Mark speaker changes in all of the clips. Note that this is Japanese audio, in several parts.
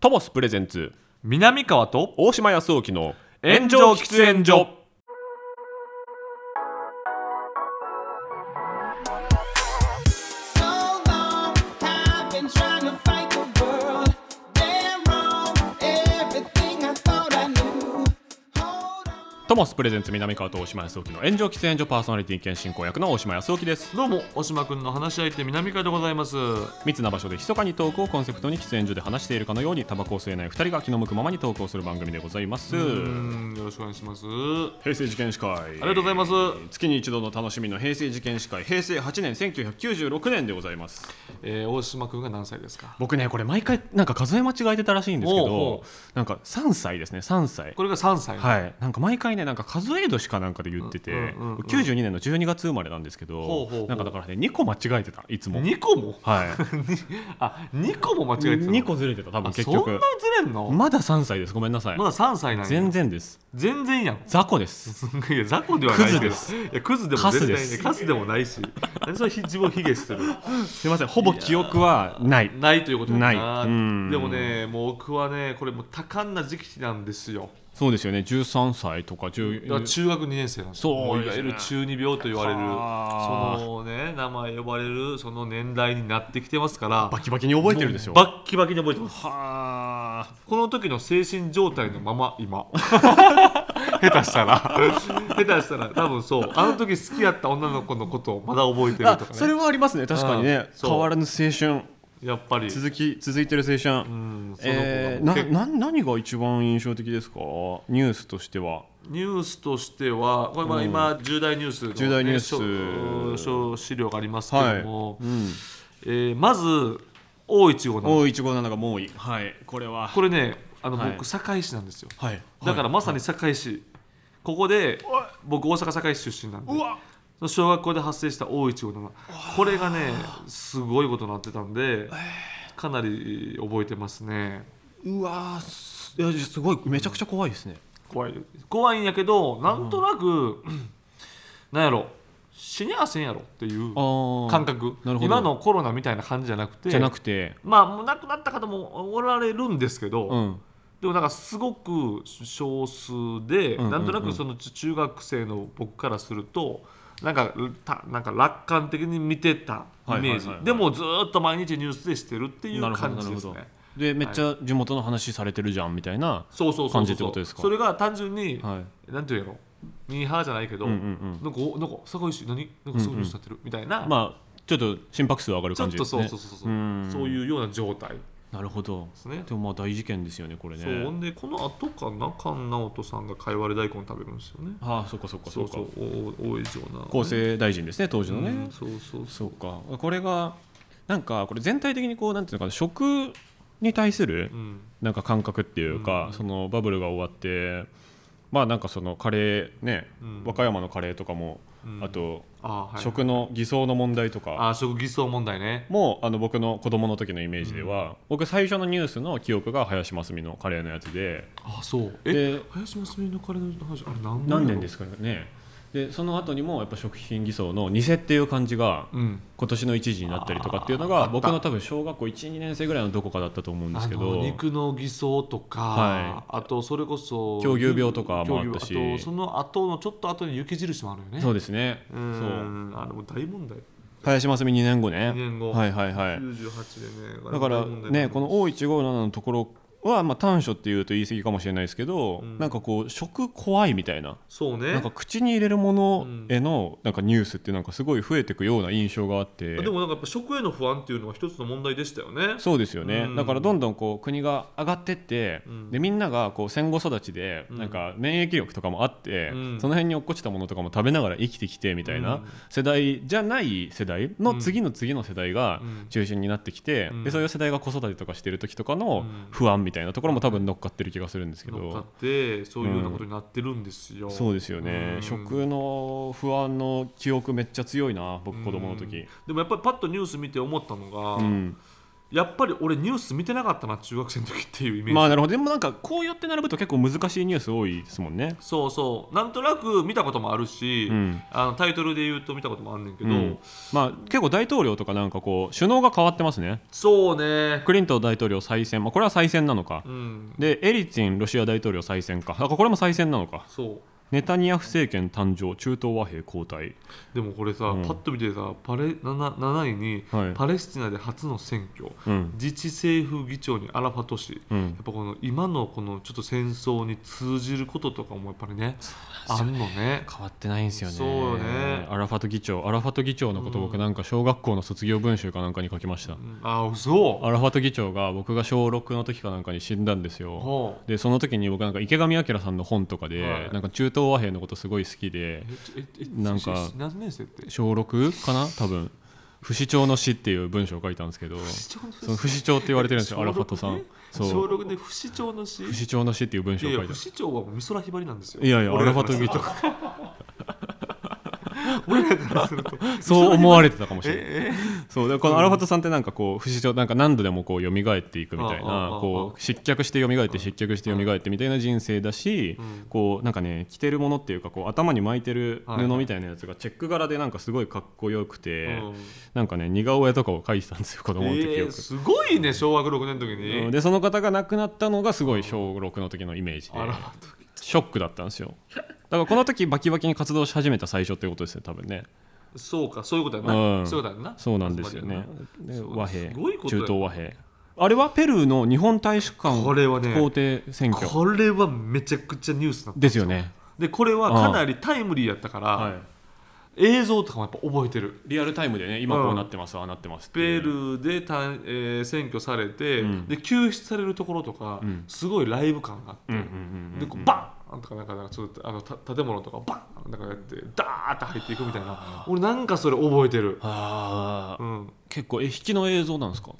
Speaker 1: トモスプレゼンツ
Speaker 2: 南川と
Speaker 1: 大島康沖の
Speaker 2: 炎上喫煙所
Speaker 1: トモスプレゼンツ南川と大島康沖の炎上喫煙所パーソナリティ兼進行役の大島康沖です
Speaker 2: どうもおしまくんの話し相手南川でございます
Speaker 1: 密な場所で密かにトークをコンセプトに喫煙所で話しているかのようにタバコを吸えない2人が気の向くままにトークをする番組でございます
Speaker 2: うーんよろしくお願いします
Speaker 1: 平成事件史会あり
Speaker 2: がとうございます
Speaker 1: 月に一度の楽しみの平成事件史会平成8年1996年でございます
Speaker 2: えー、大島くんが何歳ですか
Speaker 1: 僕ねこれ毎回なんか数え間違えてたらしいんですけ
Speaker 2: おうお
Speaker 1: ど
Speaker 2: う
Speaker 1: なんか3歳ですね3歳
Speaker 2: これが3歳
Speaker 1: はい、なんか毎回ねなんか数え年かなんかで言ってて、
Speaker 2: うんうんうん
Speaker 1: 92年の12月生まれなんですけど
Speaker 2: ほうほうほう
Speaker 1: なんかだからね2個間違えてたいつも
Speaker 2: 2個も
Speaker 1: はい
Speaker 2: あ2個も間違えてたの
Speaker 1: 2個ずれてた多分
Speaker 2: あ
Speaker 1: 結
Speaker 2: そんな
Speaker 1: 局
Speaker 2: ずれんの
Speaker 1: まだ3歳ですごめんなさい、
Speaker 2: まだ3歳なんや
Speaker 1: 全然です
Speaker 2: 全然やん
Speaker 1: 雑魚です
Speaker 2: いや雑魚ではないけど
Speaker 1: クズです
Speaker 2: いやクズでも
Speaker 1: カ
Speaker 2: 全然
Speaker 1: スです
Speaker 2: カスでもないし何それひ自分を卑下 する
Speaker 1: すいませんほぼ記憶はない
Speaker 2: ないということやな
Speaker 1: ないうん
Speaker 2: でもねもう僕はねこれもう多感な時期なんですよ
Speaker 1: そうですよね13歳とか
Speaker 2: だから
Speaker 1: 10
Speaker 2: 中学2年生なんです
Speaker 1: そ
Speaker 2: よ
Speaker 1: う
Speaker 2: もい
Speaker 1: で
Speaker 2: わ
Speaker 1: す
Speaker 2: ゆ
Speaker 1: ね
Speaker 2: る中二病と言われる
Speaker 1: はあ
Speaker 2: そのね名前呼ばれるその年代になってきてますから
Speaker 1: バキバキに覚えてるんですよ
Speaker 2: バッキバキに覚えてます
Speaker 1: はあ
Speaker 2: この時の精神状態のまま 今下手したら 下手したら多分そうあの時好きやった女の子のことをまだ覚えてると
Speaker 1: あ
Speaker 2: か
Speaker 1: そ
Speaker 2: ね
Speaker 1: れはありますね確かにね
Speaker 2: うんそう
Speaker 1: 変わらぬ青春
Speaker 2: やっぱり
Speaker 1: 続き続いてる青春、
Speaker 2: うんその子が
Speaker 1: えー、な
Speaker 2: 結構
Speaker 1: な何が一番印象的ですかニュースとしては
Speaker 2: ニュースとしてはこれまあ今重大ニュースのね
Speaker 1: 重大ニュース
Speaker 2: しょしょ資料がありますけども、
Speaker 1: うん、
Speaker 2: えーまず O157
Speaker 1: O157 が猛威はいこれは
Speaker 2: これねあの
Speaker 1: はい
Speaker 2: 僕堺市なんですよ、
Speaker 1: はい
Speaker 2: だかららまさに堺市、ここで僕大阪堺市出身なんで
Speaker 1: うわ
Speaker 2: その小学校で発生した O157 これがねすごいことになってたんでかなり覚えてますね
Speaker 1: うわーすいやすごいめちゃくちゃ怖いですね、
Speaker 2: 怖い怖いんやけどなんとなく、 なんやろ死にゃあせんやろっていう
Speaker 1: ああ
Speaker 2: 感覚
Speaker 1: なるほど
Speaker 2: 今のコロナみたいな感じじゃなくて
Speaker 1: じゃなくて
Speaker 2: まあもう亡くなった方もおられるんですけど、
Speaker 1: うん
Speaker 2: でもなんかすごく少数で、
Speaker 1: うんうん
Speaker 2: なんとなくそのち中学生の僕からするとなんかたなんか楽観的に見てたイメー
Speaker 1: はいはい
Speaker 2: ジ、
Speaker 1: はいはい
Speaker 2: でもずーっと毎日ニュースでしてるってい
Speaker 1: な
Speaker 2: う
Speaker 1: るほど
Speaker 2: 感じです
Speaker 1: なる
Speaker 2: ね。
Speaker 1: でめっちゃ地元の話されてるじゃんみたいな
Speaker 2: そうそうそうそう
Speaker 1: 感じってことですか
Speaker 2: それが単純に、
Speaker 1: はい
Speaker 2: なんていうのミーハーじゃないけど、
Speaker 1: うんうん
Speaker 2: なんかおなんか堺市何なんかすごいニュースになってる、みたいな、
Speaker 1: まあちょっと心拍数上がる
Speaker 2: ちょ
Speaker 1: 感
Speaker 2: っ
Speaker 1: じ
Speaker 2: と
Speaker 1: です
Speaker 2: そう
Speaker 1: ね
Speaker 2: そうそうそう、
Speaker 1: うん
Speaker 2: そういうような状態で
Speaker 1: なるほど
Speaker 2: すね。
Speaker 1: でもまあ大事件ですよねこれね
Speaker 2: そうほんでこの後かな菅直人さんがかいわれ大根食べるんですよね。
Speaker 1: ああそっかそっか
Speaker 2: そ
Speaker 1: そうっか
Speaker 2: そうお多いような
Speaker 1: 厚生大臣ですね当時のね、
Speaker 2: うんそうそうそ
Speaker 1: そうかこれがなんかこれ全体的にこうなんていうのかな食に対する
Speaker 2: う、うん、
Speaker 1: なんか感覚っていうか、
Speaker 2: うん
Speaker 1: そのバブルが終わってまあなんかそのカレーね、
Speaker 2: うん
Speaker 1: 和歌山のカレーとかも、
Speaker 2: うん
Speaker 1: あと
Speaker 2: あ、はい、
Speaker 1: 食の偽装の問題とか
Speaker 2: あ食偽装問題ね
Speaker 1: もあの僕の子供の時のイメージでは、僕最初のニュースの記憶が林真澄のカレーのやつで
Speaker 2: あそう
Speaker 1: で
Speaker 2: 林真澄のカレーの話あれ何
Speaker 1: 何年ですすかねでその後にもやっぱ食品偽装の偽っていう感じが
Speaker 2: うん
Speaker 1: 今年の一時になったりとかっていうの
Speaker 2: あーあ
Speaker 1: が
Speaker 2: った
Speaker 1: 僕の多分小学校12年生ぐらいのどこかだったと思うんで
Speaker 2: あ
Speaker 1: すけ
Speaker 2: の
Speaker 1: ど
Speaker 2: 肉の偽装とか、
Speaker 1: は
Speaker 2: あとそれこそ
Speaker 1: 狂牛病とかもあったし
Speaker 2: 狂牛病あとその後のちょっと後に雪印もあるよね
Speaker 1: そう
Speaker 2: う
Speaker 1: ですねそ
Speaker 2: ん
Speaker 1: う
Speaker 2: あれも大問題
Speaker 1: 林真澄2年後ね
Speaker 2: 2年後、
Speaker 1: はいはいはい
Speaker 2: 98でね
Speaker 1: だからねこ
Speaker 2: の
Speaker 1: の O157 のところはまあ短所っていうと言い過ぎかもしれないですけど
Speaker 2: うん
Speaker 1: なんかこう食怖いみたいな
Speaker 2: そうね
Speaker 1: なんか口に入れるものへのなんかニュースってなんかすごい増えていくような印象があって
Speaker 2: でもなんかやっぱ食への不安っていうのは一つの問題でしたよね
Speaker 1: そうですよね、
Speaker 2: うん
Speaker 1: だからどんどんこう国が上がってって、
Speaker 2: うん
Speaker 1: でみんながこう戦後育ちで
Speaker 2: うん
Speaker 1: なんか免疫力とかもあって、
Speaker 2: うん
Speaker 1: その辺に落っこちたものとかも食べながら生きてきてみたいな、
Speaker 2: うん
Speaker 1: 世代じゃない世代の次の次の世代が
Speaker 2: うん
Speaker 1: 中心になってきて、
Speaker 2: うん
Speaker 1: でそういう世代が子育てとかしてる時とかの
Speaker 2: うん
Speaker 1: 不安みたいなところも多分乗っかってる気がするんですけど。
Speaker 2: 乗っかってそういうようなことになってるんですよ、
Speaker 1: そうですよね、
Speaker 2: うん
Speaker 1: 食の不安の記憶めっちゃ強いな僕子供の
Speaker 2: うん
Speaker 1: 時、
Speaker 2: でもやっぱりパッとニュース見て思ったのが、
Speaker 1: うん
Speaker 2: やっぱり俺ニュース見てなかったな中学生の時っていうイメージ、
Speaker 1: まあなるほどでもなんかこうやって並ぶと結構難しいニュース多いですもんね
Speaker 2: そうそうなんとなく見たこともあるし、
Speaker 1: うん
Speaker 2: あのタイトルで言うと見たこともあるんだけど、
Speaker 1: うんまあ結構大統領とかなんかこう首脳が変わってますね
Speaker 2: そうね、
Speaker 1: クリントン大統領再選、まあ、これは再選なのか
Speaker 2: うん、
Speaker 1: でエリツィンロシア大統領再選かだからこれも再選なのか
Speaker 2: そう
Speaker 1: ネタニヤフ政権誕生中東和平交代
Speaker 2: でもこれさ、
Speaker 1: うん
Speaker 2: パッと見てさパレ 7, 7位に、
Speaker 1: はい
Speaker 2: パレスチナで初の選挙
Speaker 1: うん
Speaker 2: 自治政府議長にアラファト氏や
Speaker 1: うん
Speaker 2: っぱこの今のこのちょっと戦争に通じることとかもやっぱりねあんのね
Speaker 1: 変わってないんですよね
Speaker 2: そうよね
Speaker 1: アラファト議長アラファト議長のこと
Speaker 2: うん
Speaker 1: 僕なんか小学校の卒業文集かなんかに書きました、
Speaker 2: うんあ嘘
Speaker 1: アラファト議長が僕が小6の時かなんかに死んだんですよ
Speaker 2: ほう
Speaker 1: でその時に僕なんか池上彰さんの本とかで、
Speaker 2: はい
Speaker 1: なんか中東和平のことすごい好きで
Speaker 2: えちょええ
Speaker 1: なんか
Speaker 2: し何年生って
Speaker 1: 小6かな多分不死鳥の死っていう文章を書いたんですけど
Speaker 2: 市長の
Speaker 1: その不死鳥って言われてるんですよ
Speaker 2: 小
Speaker 1: ア
Speaker 2: 六
Speaker 1: ラファトさん
Speaker 2: ね
Speaker 1: そ
Speaker 2: 小
Speaker 1: う
Speaker 2: 6で不死鳥の市
Speaker 1: 不死鳥の死っていう文
Speaker 2: い
Speaker 1: 章
Speaker 2: や
Speaker 1: を
Speaker 2: い
Speaker 1: 書
Speaker 2: や
Speaker 1: いた
Speaker 2: 不死鳥は美空ひばりなんですよ
Speaker 1: いやいやア
Speaker 2: 俺
Speaker 1: ラフ
Speaker 2: らか
Speaker 1: ァ
Speaker 2: らす
Speaker 1: ト議
Speaker 2: ると
Speaker 1: 長
Speaker 2: 俺らからす ると
Speaker 1: そう思われてたかもしれない
Speaker 2: ええ
Speaker 1: そうでこのアラファトさんってなんかこう不死鳥なんか何度でもこう蘇っていくみたい
Speaker 2: あああああ
Speaker 1: な
Speaker 2: あ
Speaker 1: こう失脚して蘇って失脚して蘇ってみたいな人生だし
Speaker 2: うん
Speaker 1: こうなんかね着てるものっていうかこう頭に巻いてる布みたいなやつがチェック柄でなんかすごいかっこよくて
Speaker 2: うん
Speaker 1: なんかね似顔絵とかを描いてたんですよ子供の時
Speaker 2: え
Speaker 1: よ
Speaker 2: え
Speaker 1: く。
Speaker 2: すごいね小学6年の時
Speaker 1: うん
Speaker 2: に
Speaker 1: でその方が亡くなったのがすごい小6の時のイメージで
Speaker 2: アラファト
Speaker 1: ショックだったんですよだからこの時バキバキに活動し始めた最初ってことですね多分ね
Speaker 2: そうか、そういうことやな。
Speaker 1: うん
Speaker 2: そういうことやな。
Speaker 1: そうなんですよね。で
Speaker 2: そう
Speaker 1: 和平、
Speaker 2: すごいこと
Speaker 1: 中
Speaker 2: だ
Speaker 1: 東和平。あれはペルーの日本大使館
Speaker 2: これはね
Speaker 1: 公邸選挙
Speaker 2: これはめちゃくちゃニュースな
Speaker 1: ですよね。
Speaker 2: で、これはかなりタイムリーやったから、
Speaker 1: はい。
Speaker 2: 映像とかもやっぱ覚えてる。
Speaker 1: リアルタイムでね、今こうなってます、ああなってますってい
Speaker 2: ペ
Speaker 1: う。
Speaker 2: ルーでた、えー選挙されて、
Speaker 1: ん
Speaker 2: で救出されるところとか、
Speaker 1: うん
Speaker 2: すごいライブ感があっ
Speaker 1: う
Speaker 2: て、
Speaker 1: んうんうんうん
Speaker 2: でこうバーンとかなんかなんかちょっとあのた建物とかバーンとかやってダーッと入っていくみたいな俺なんかそれ覚えてる、
Speaker 1: ああ、
Speaker 2: うん、
Speaker 1: 結構え引きの映像なんですか。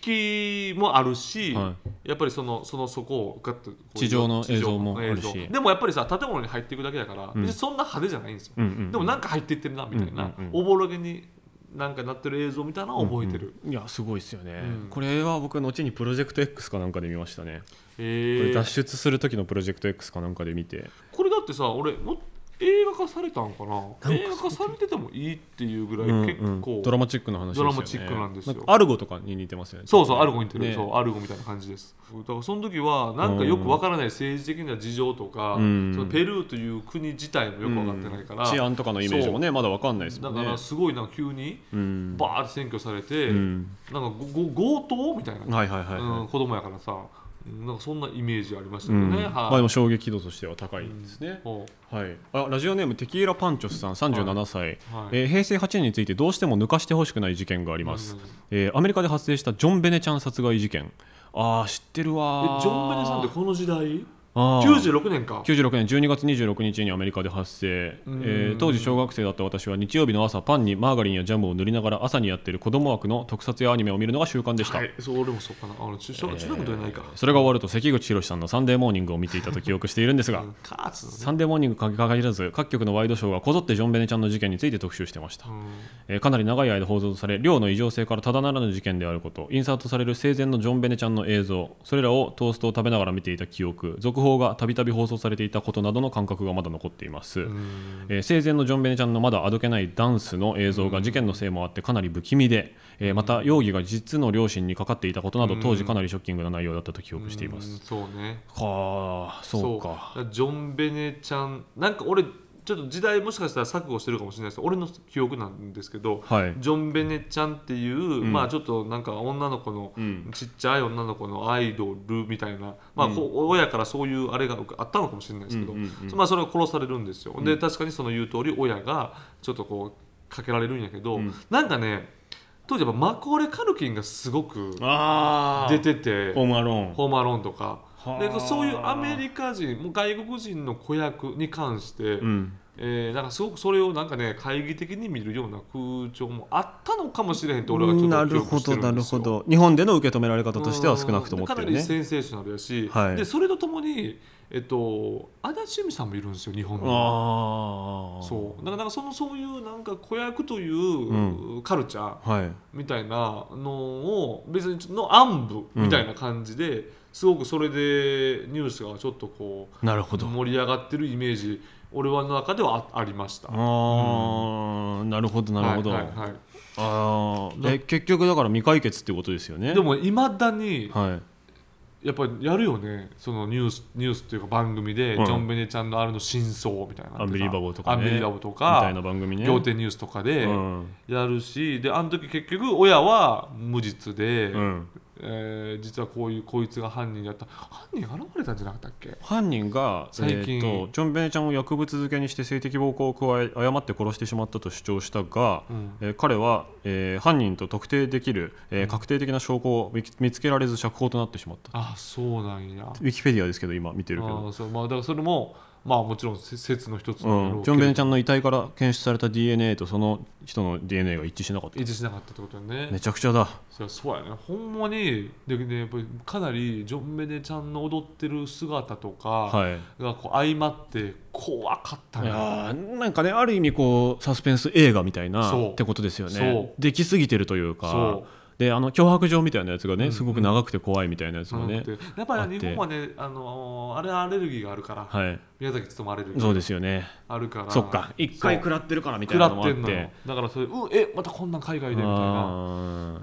Speaker 2: 引きもあるし、
Speaker 1: は
Speaker 2: やっぱりそのそのそこをガッとこう
Speaker 1: 地上の
Speaker 2: 地
Speaker 1: 映像もあるし
Speaker 2: 映像でもやっぱりさ建物に入っていくだけだから、
Speaker 1: ん
Speaker 2: 別にそんな派手じゃないんですよ、
Speaker 1: うんうん
Speaker 2: でもなんか入っていってるなみたいな、
Speaker 1: うんうんうん
Speaker 2: おぼろげになんかなってる映像みたいなのを覚えてる、
Speaker 1: いやすごいですよね、
Speaker 2: うん
Speaker 1: これは僕後にプロジェクト X かなんかで見ましたね、
Speaker 2: へ
Speaker 1: これ
Speaker 2: え
Speaker 1: 脱出する時のプロジェクト X かなんかで見て
Speaker 2: これだってさ俺も映画化されたんかな映画化されててもいいっていうぐらい結構、
Speaker 1: うんうんドラマチックな話ですよね
Speaker 2: ドラマチックなんですよ
Speaker 1: かアルゴとかに似てますよね
Speaker 2: そうそうアルゴに似てる、
Speaker 1: ね
Speaker 2: そうアルゴみたいな感じですだからその時はなんかよくわからない政治的な事情とか、
Speaker 1: うん
Speaker 2: そのペルーという国自体もよく分かってないから、
Speaker 1: 治安とかのイメージもねまだわかんないですも
Speaker 2: だ
Speaker 1: んね
Speaker 2: からすごいなんか急に
Speaker 1: うん
Speaker 2: バーって選挙されて、
Speaker 1: うん
Speaker 2: なんかごご強盗みたいな、
Speaker 1: はいはいはい、はい
Speaker 2: うん、子供やからさなんかそんなイメージありました
Speaker 1: う
Speaker 2: よ
Speaker 1: ん
Speaker 2: ね、
Speaker 1: まあ
Speaker 2: は
Speaker 1: で
Speaker 2: い
Speaker 1: も衝撃度としては高いですね、
Speaker 2: お
Speaker 1: はい、あラジオネームテキーラパンチョスさん37歳、
Speaker 2: はい
Speaker 1: えー平成8年についてどうしても抜かしてほしくない事件があります、
Speaker 2: 何々
Speaker 1: えーアメリカで発生したジョン・ベネちゃん殺害事件あー知ってるわー
Speaker 2: えジョン・ベネさんってこの時代
Speaker 1: あー
Speaker 2: 96年か
Speaker 1: 96年12月26日にアメリカで発生、え
Speaker 2: うん
Speaker 1: ー当時小学生だった私は日曜日の朝パンにマーガリンやジャムを塗りながら朝にやっている子供枠の特撮やアニメを見るのが習慣でした、
Speaker 2: はいそう俺もそうかなあの中小中学の時はないか、
Speaker 1: それが終わると関口宏さんの「サンデーモーニング」を見ていたと記憶しているんですが
Speaker 2: うん、カーツだね
Speaker 1: サンデーモーニングか限らず各局のワイドショーがこぞってジョン・ベネちゃんの事件について特集してました、えーかなり長い間報道され寮の異常性からただならぬ事件であることインサートされる生前のジョン・ベネちゃんの映像それらをトーストを食べながら見ていた記憶続報がたびたび放送されていたことなどの感覚がまだ残っています、
Speaker 2: うんうん
Speaker 1: えー生前のジョン・ベネちゃんのまだあどけないダンスの映像が事件のせいもあってかなり不気味で、えーまた容疑が実の両親にかかっていたことなど当時かなりショッキングな内容だったと記憶しています、
Speaker 2: うんそうね
Speaker 1: はあそうか
Speaker 2: だらジョン・ベネちゃんなんか俺ちょっと時代もしかしたら錯誤してるかもしれないです俺の記憶なんですけど、
Speaker 1: はい
Speaker 2: ジョン・ベネちゃんっていう、
Speaker 1: ん
Speaker 2: まあちょっとなんか女の子の、
Speaker 1: うん
Speaker 2: ちっちゃい女の子のアイドルみたいな、まあこう親からそういうあれがあったのかもしれないですけど、
Speaker 1: うんうんうん
Speaker 2: まあ、それが殺されるんですよ、で確かにその言う通り親がちょっとこうかけられるんやけど、
Speaker 1: うん
Speaker 2: なんかね当時やっぱマコーレ・カルキンがすごく
Speaker 1: あ
Speaker 2: 出てて
Speaker 1: ホームアローン
Speaker 2: ホームアローンとか
Speaker 1: はあ
Speaker 2: でそういうアメリカ人もう外国人の子役に関して、
Speaker 1: うん
Speaker 2: えー、なんかすごくそれをなんかね懐疑的に見るような空調もあったのかもしれへんと俺はちょっ
Speaker 1: な
Speaker 2: と記
Speaker 1: るほ
Speaker 2: 憶して
Speaker 1: ど
Speaker 2: るんですよ
Speaker 1: なるほど日本での受け止められ方としては少なくともって
Speaker 2: か
Speaker 1: い
Speaker 2: な
Speaker 1: う
Speaker 2: り
Speaker 1: ね
Speaker 2: センセーショナルやし、
Speaker 1: はい
Speaker 2: でそれとともに、えっと、足立由美さんもいるんですよ日本には
Speaker 1: ああ
Speaker 2: そうだからなんかそのそういうなんか子役といううカルチャー
Speaker 1: はい
Speaker 2: みたいなのを別にの暗部みたいな感じで、すごくそれでニュースがちょっとこう
Speaker 1: なるほど
Speaker 2: 盛り上がってるイメージ俺はの中ではあありました。
Speaker 1: ああなるほどなるほど、
Speaker 2: はいはいはい
Speaker 1: ああ
Speaker 2: な
Speaker 1: え結局だから未解決ってことですよね
Speaker 2: でもいまだに
Speaker 1: はい
Speaker 2: やっぱりやるよねそのニュースニュースっていうか番組で、
Speaker 1: うん
Speaker 2: ジョン・ベネちゃんのあれの真相みたいなのとか
Speaker 1: アンビリバボーとかね
Speaker 2: アンビリバボーと
Speaker 1: みたい
Speaker 2: か、
Speaker 1: な番組ね
Speaker 2: 仰天ニュースとかで
Speaker 1: うん
Speaker 2: やるし、であの時結局親は無実で、
Speaker 1: うん、
Speaker 2: えー実はこういうこいつが犯人だった犯人現れたんじゃなかったっけ
Speaker 1: 犯人が
Speaker 2: 最近
Speaker 1: えーとジョン・ベネちゃんを薬物漬けにして性的暴行を加え誤って殺してしまったと主張したが、
Speaker 2: うん
Speaker 1: えー彼は、えー犯人と特定できる、えー確定的な証拠を見つ見つけられず釈放となってしまった
Speaker 2: あそうなんや
Speaker 1: ウィキペディアですけど今見てるけど
Speaker 2: あそう、まあ、だからそれもまあもちろんせ説の一つなんだ
Speaker 1: う
Speaker 2: ろ
Speaker 1: ん、ジ
Speaker 2: うけ
Speaker 1: ョ
Speaker 2: ど
Speaker 1: ン・ベネちゃんの遺体から検出された DNA とその人の DNA が一致しなかった
Speaker 2: 維持しなかったってことだね
Speaker 1: めちゃくちゃだ
Speaker 2: そりゃそうやねほんまにでねやっぱりかなりジョン・ベネちゃんの踊ってる姿とか
Speaker 1: はい
Speaker 2: がこう相まって怖かった
Speaker 1: い
Speaker 2: ね、
Speaker 1: やーなんかねある意味こうサスペンス映画みたいな
Speaker 2: そう
Speaker 1: ってことですよね
Speaker 2: そ
Speaker 1: できすぎてるというか
Speaker 2: そう
Speaker 1: であの脅迫状みたいなやつがね、
Speaker 2: うん
Speaker 1: すごく長くて怖いみたいなやつ
Speaker 2: そ
Speaker 1: も
Speaker 2: う
Speaker 1: ね、
Speaker 2: ね、やっぱり日本はねあのーあれアレルギーがあるから、
Speaker 1: はい
Speaker 2: 宮崎勤もアレルギ
Speaker 1: そう
Speaker 2: ー
Speaker 1: ですよね
Speaker 2: あるから
Speaker 1: そっか一回
Speaker 2: そう
Speaker 1: 食らってるからみたい
Speaker 2: 食
Speaker 1: な
Speaker 2: ら
Speaker 1: のも
Speaker 2: っ
Speaker 1: あ
Speaker 2: て
Speaker 1: っ
Speaker 2: んのよ
Speaker 1: て
Speaker 2: だからそれうんえまたこんなん海外でみたいな
Speaker 1: あ
Speaker 2: う
Speaker 1: ー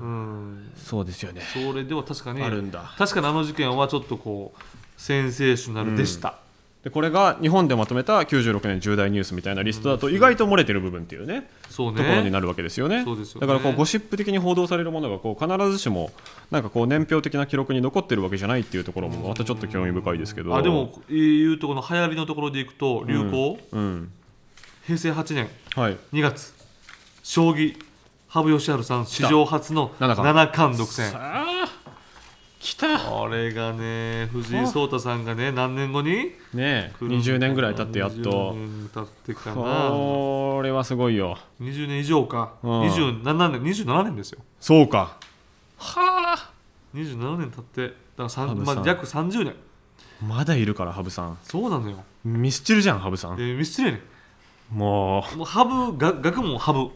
Speaker 2: ん
Speaker 1: そうですよね
Speaker 2: それでは確かに
Speaker 1: あるんだ
Speaker 2: 確かにあの事件はちょっとこうセンセーショナルでした、
Speaker 1: でこれが日本でまとめた96年重大ニュースみたいなリストだと意外と漏れてる部分っていうね
Speaker 2: そうね
Speaker 1: ところになるわけですよね
Speaker 2: そうですよ
Speaker 1: だ
Speaker 2: ね
Speaker 1: からこうゴシップ的に報道されるものがこう必ずしもなんかこう年表的な記録に残ってるわけじゃないっていうところもまたちょっと興味深いですけど
Speaker 2: あでもいうとこの流行りのところでいくと流行、
Speaker 1: うん
Speaker 2: 平成8年
Speaker 1: はい
Speaker 2: 2月将棋羽生善治さん史上初の
Speaker 1: 七冠
Speaker 2: 七冠独占
Speaker 1: さあ来た
Speaker 2: これがね藤井聡太さんがね何年後に
Speaker 1: ねえ20年ぐらい経ってやっと
Speaker 2: 20年経ってかな
Speaker 1: これはすごいよ
Speaker 2: 20年以上か
Speaker 1: うん
Speaker 2: 27年27年ですよ
Speaker 1: そうかはあ
Speaker 2: 27年経ってだからさん
Speaker 1: 羽生さん
Speaker 2: まあ、約30年
Speaker 1: まだいるから羽生さん
Speaker 2: そうなのよ、
Speaker 1: ミスチルじゃん羽生さ
Speaker 2: え
Speaker 1: ん
Speaker 2: ー、ミスチルやね
Speaker 1: もうん
Speaker 2: もうハブが学問ハブ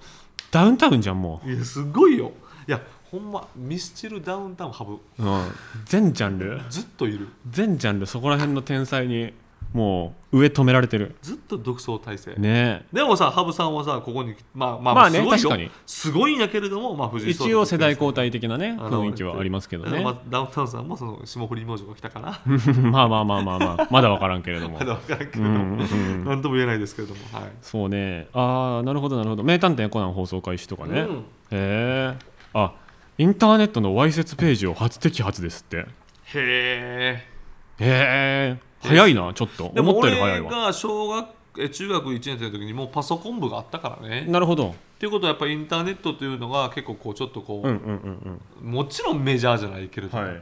Speaker 1: ダウンタウンじゃんも
Speaker 2: いやすごいよいやほんまミスチルダウンタウンハブ
Speaker 1: う、うん、全ジャンル
Speaker 2: ずっといる
Speaker 1: 全ジャンルそこら辺の天才にもう上止められてる
Speaker 2: ずっと独走体制、
Speaker 1: ね
Speaker 2: でもさハブさんはさここにまあまあ
Speaker 1: まあね
Speaker 2: すごい
Speaker 1: 確
Speaker 2: よ
Speaker 1: かに
Speaker 2: すごいんやけれどもまあ藤
Speaker 1: え
Speaker 2: 井聡太
Speaker 1: 一応世代交代的なね雰囲気はありますけど
Speaker 2: だ
Speaker 1: ね
Speaker 2: から まあダウンタウンさんもその霜降り明星が来たから
Speaker 1: まあまあまあまあまあまだ分からんけれども
Speaker 2: まだ分からんけ
Speaker 1: うんう
Speaker 2: れど
Speaker 1: ん
Speaker 2: も
Speaker 1: うん
Speaker 2: 何とも言えないですけれどもはい
Speaker 1: そうねああなるほどなるほど「名探偵コナン」放送開始とかね、
Speaker 2: うん
Speaker 1: へえあインターネットのわいせつページを初摘発ですって
Speaker 2: へ
Speaker 1: へえ早いなちょっと
Speaker 2: えでも
Speaker 1: 思ったより早い
Speaker 2: 俺
Speaker 1: わ
Speaker 2: が小学え中学1年生の時にもうパソコン部があったからね
Speaker 1: なるほど
Speaker 2: っていうことはやっぱインターネットというのが結構こうちょっとこう、
Speaker 1: うんうんうん
Speaker 2: もちろんメジャーじゃないけれ
Speaker 1: う
Speaker 2: ど
Speaker 1: ん
Speaker 2: も、
Speaker 1: はい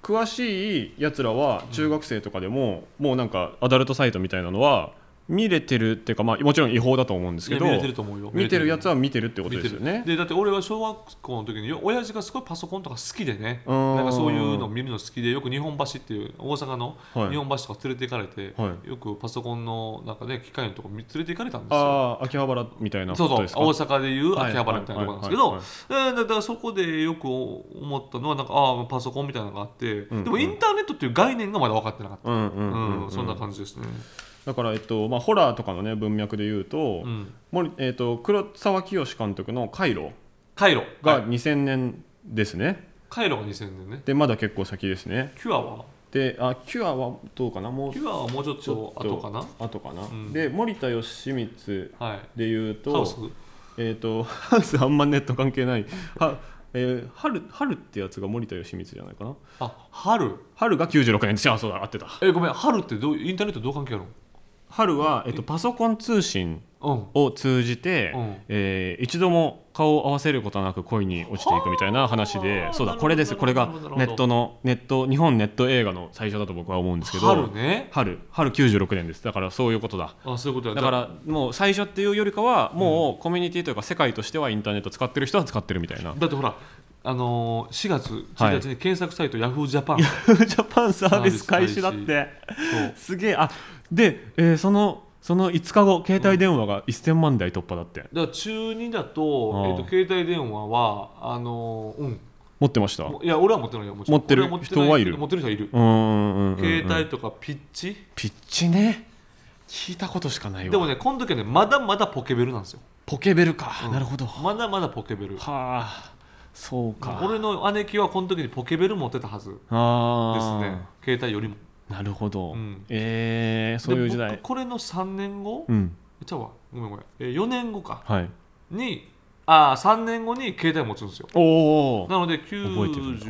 Speaker 1: 詳しいやつらは中学生とかでも、もうなんかアダルトサイトみたいなのは見れてるっていうか、まあ、もちろん違法だと思うんです
Speaker 2: い
Speaker 1: け
Speaker 2: や
Speaker 1: ど
Speaker 2: 見れてると思うよ
Speaker 1: 見てるやつ
Speaker 2: は
Speaker 1: は見てるってことで
Speaker 2: 見て
Speaker 1: すよ
Speaker 2: る
Speaker 1: ね。
Speaker 2: でだって俺は小学校の時によ親父がすごいパソコンとか好きでね
Speaker 1: うん
Speaker 2: なんかそういうのを見るの好きでよく日本橋っていう大阪の
Speaker 1: はい
Speaker 2: 日本橋とか連れて行かれて、
Speaker 1: は
Speaker 2: よくパソコンのなんかね機械のとこ連れて行かれたんですよ。
Speaker 1: ああ秋葉原みたいなこ
Speaker 2: そう
Speaker 1: と
Speaker 2: そう
Speaker 1: ですか
Speaker 2: 大阪でいう秋葉原みたいなとこなんです
Speaker 1: は
Speaker 2: け
Speaker 1: い
Speaker 2: ど
Speaker 1: はいは
Speaker 2: えーだだからそこでよく思ったのはなんかああパソコンみたいなのがあって、
Speaker 1: んうん
Speaker 2: でもインターネットっていう概念がまだ分かってなかった、
Speaker 1: うんうんうんうん
Speaker 2: うんそんな感じですね。
Speaker 1: だから、えっとまあ、ホラーとかの、ね、文脈で言うと,
Speaker 2: う、ん、
Speaker 1: 森えっと黒沢清監督の「カイロ
Speaker 2: カイロ」
Speaker 1: が2000年ですね、
Speaker 2: カイロが2000年ね
Speaker 1: でまだ結構先ですね
Speaker 2: キュアは
Speaker 1: であキュアはどうかなもう
Speaker 2: キュアはもうちょっ
Speaker 1: ちょっ
Speaker 2: と
Speaker 1: と
Speaker 2: 後かな
Speaker 1: 後かな、
Speaker 2: ん
Speaker 1: で森田義満
Speaker 2: はい
Speaker 1: で言うと
Speaker 2: ハウス
Speaker 1: えっ、と ハウスあんまネット関係ないは、えー、春春ってやつが森田義満じゃないかな
Speaker 2: あ春
Speaker 1: 春が96年ですあそうだ合ってた
Speaker 2: えごめん春ってどうインターネットどう関係あるの
Speaker 1: 春は、えっと、パソコン通信
Speaker 2: うん
Speaker 1: を通じて、
Speaker 2: うん
Speaker 1: えー一度も顔を合わせることなく恋に落ちていくみたいな話で
Speaker 2: はあ
Speaker 1: そうだ
Speaker 2: なるほど
Speaker 1: これですこれが
Speaker 2: なるほど
Speaker 1: ネットのネット日本ネット映画の最初だと僕は思うんですけど
Speaker 2: 春ね
Speaker 1: 春春96年ですだからそういうことだ
Speaker 2: あそういうことや
Speaker 1: だからもう最初っていうよりかはもうコミュニティというか世界としてはインターネット使ってる人は使ってるみたいな
Speaker 2: だってほらあのー4月
Speaker 1: はい
Speaker 2: 1日に検索サイト、ヤフージャパ ン
Speaker 1: ジャパンサービス開始だっ
Speaker 2: サ
Speaker 1: て
Speaker 2: そう
Speaker 1: すげえあで、えーそのその5日後携帯電話が1000万台突破だって、
Speaker 2: だから中2だと,、
Speaker 1: ああ
Speaker 2: えっと携帯電話はあのーうん
Speaker 1: 持ってましたう
Speaker 2: もいや俺は持ってないよもちろん
Speaker 1: 持ってる
Speaker 2: 俺な
Speaker 1: 人はいる
Speaker 2: 持ってる人はいる、
Speaker 1: ーんうんうんうん
Speaker 2: 携帯とかピッチ、
Speaker 1: ピッチね聞いたことしかないわ
Speaker 2: でもねこの時はねまだまだポケベルなんですよ、
Speaker 1: ポケベルか、
Speaker 2: うん
Speaker 1: なるほどは
Speaker 2: まだまだポケベル
Speaker 1: あそうか
Speaker 2: 俺の姉貴はこの時にポケベル持ってたはずで
Speaker 1: あ
Speaker 2: す
Speaker 1: あ
Speaker 2: ね携帯よりも
Speaker 1: なるほど、
Speaker 2: うん
Speaker 1: えー、そういう時
Speaker 2: で
Speaker 1: 代
Speaker 2: 僕これの3年後、
Speaker 1: うん
Speaker 2: ちゃうわごめんごめん、えー、4年後か
Speaker 1: はい
Speaker 2: にああ3年後に携帯持つんですよ
Speaker 1: おお
Speaker 2: なので
Speaker 1: 覚えてるんだ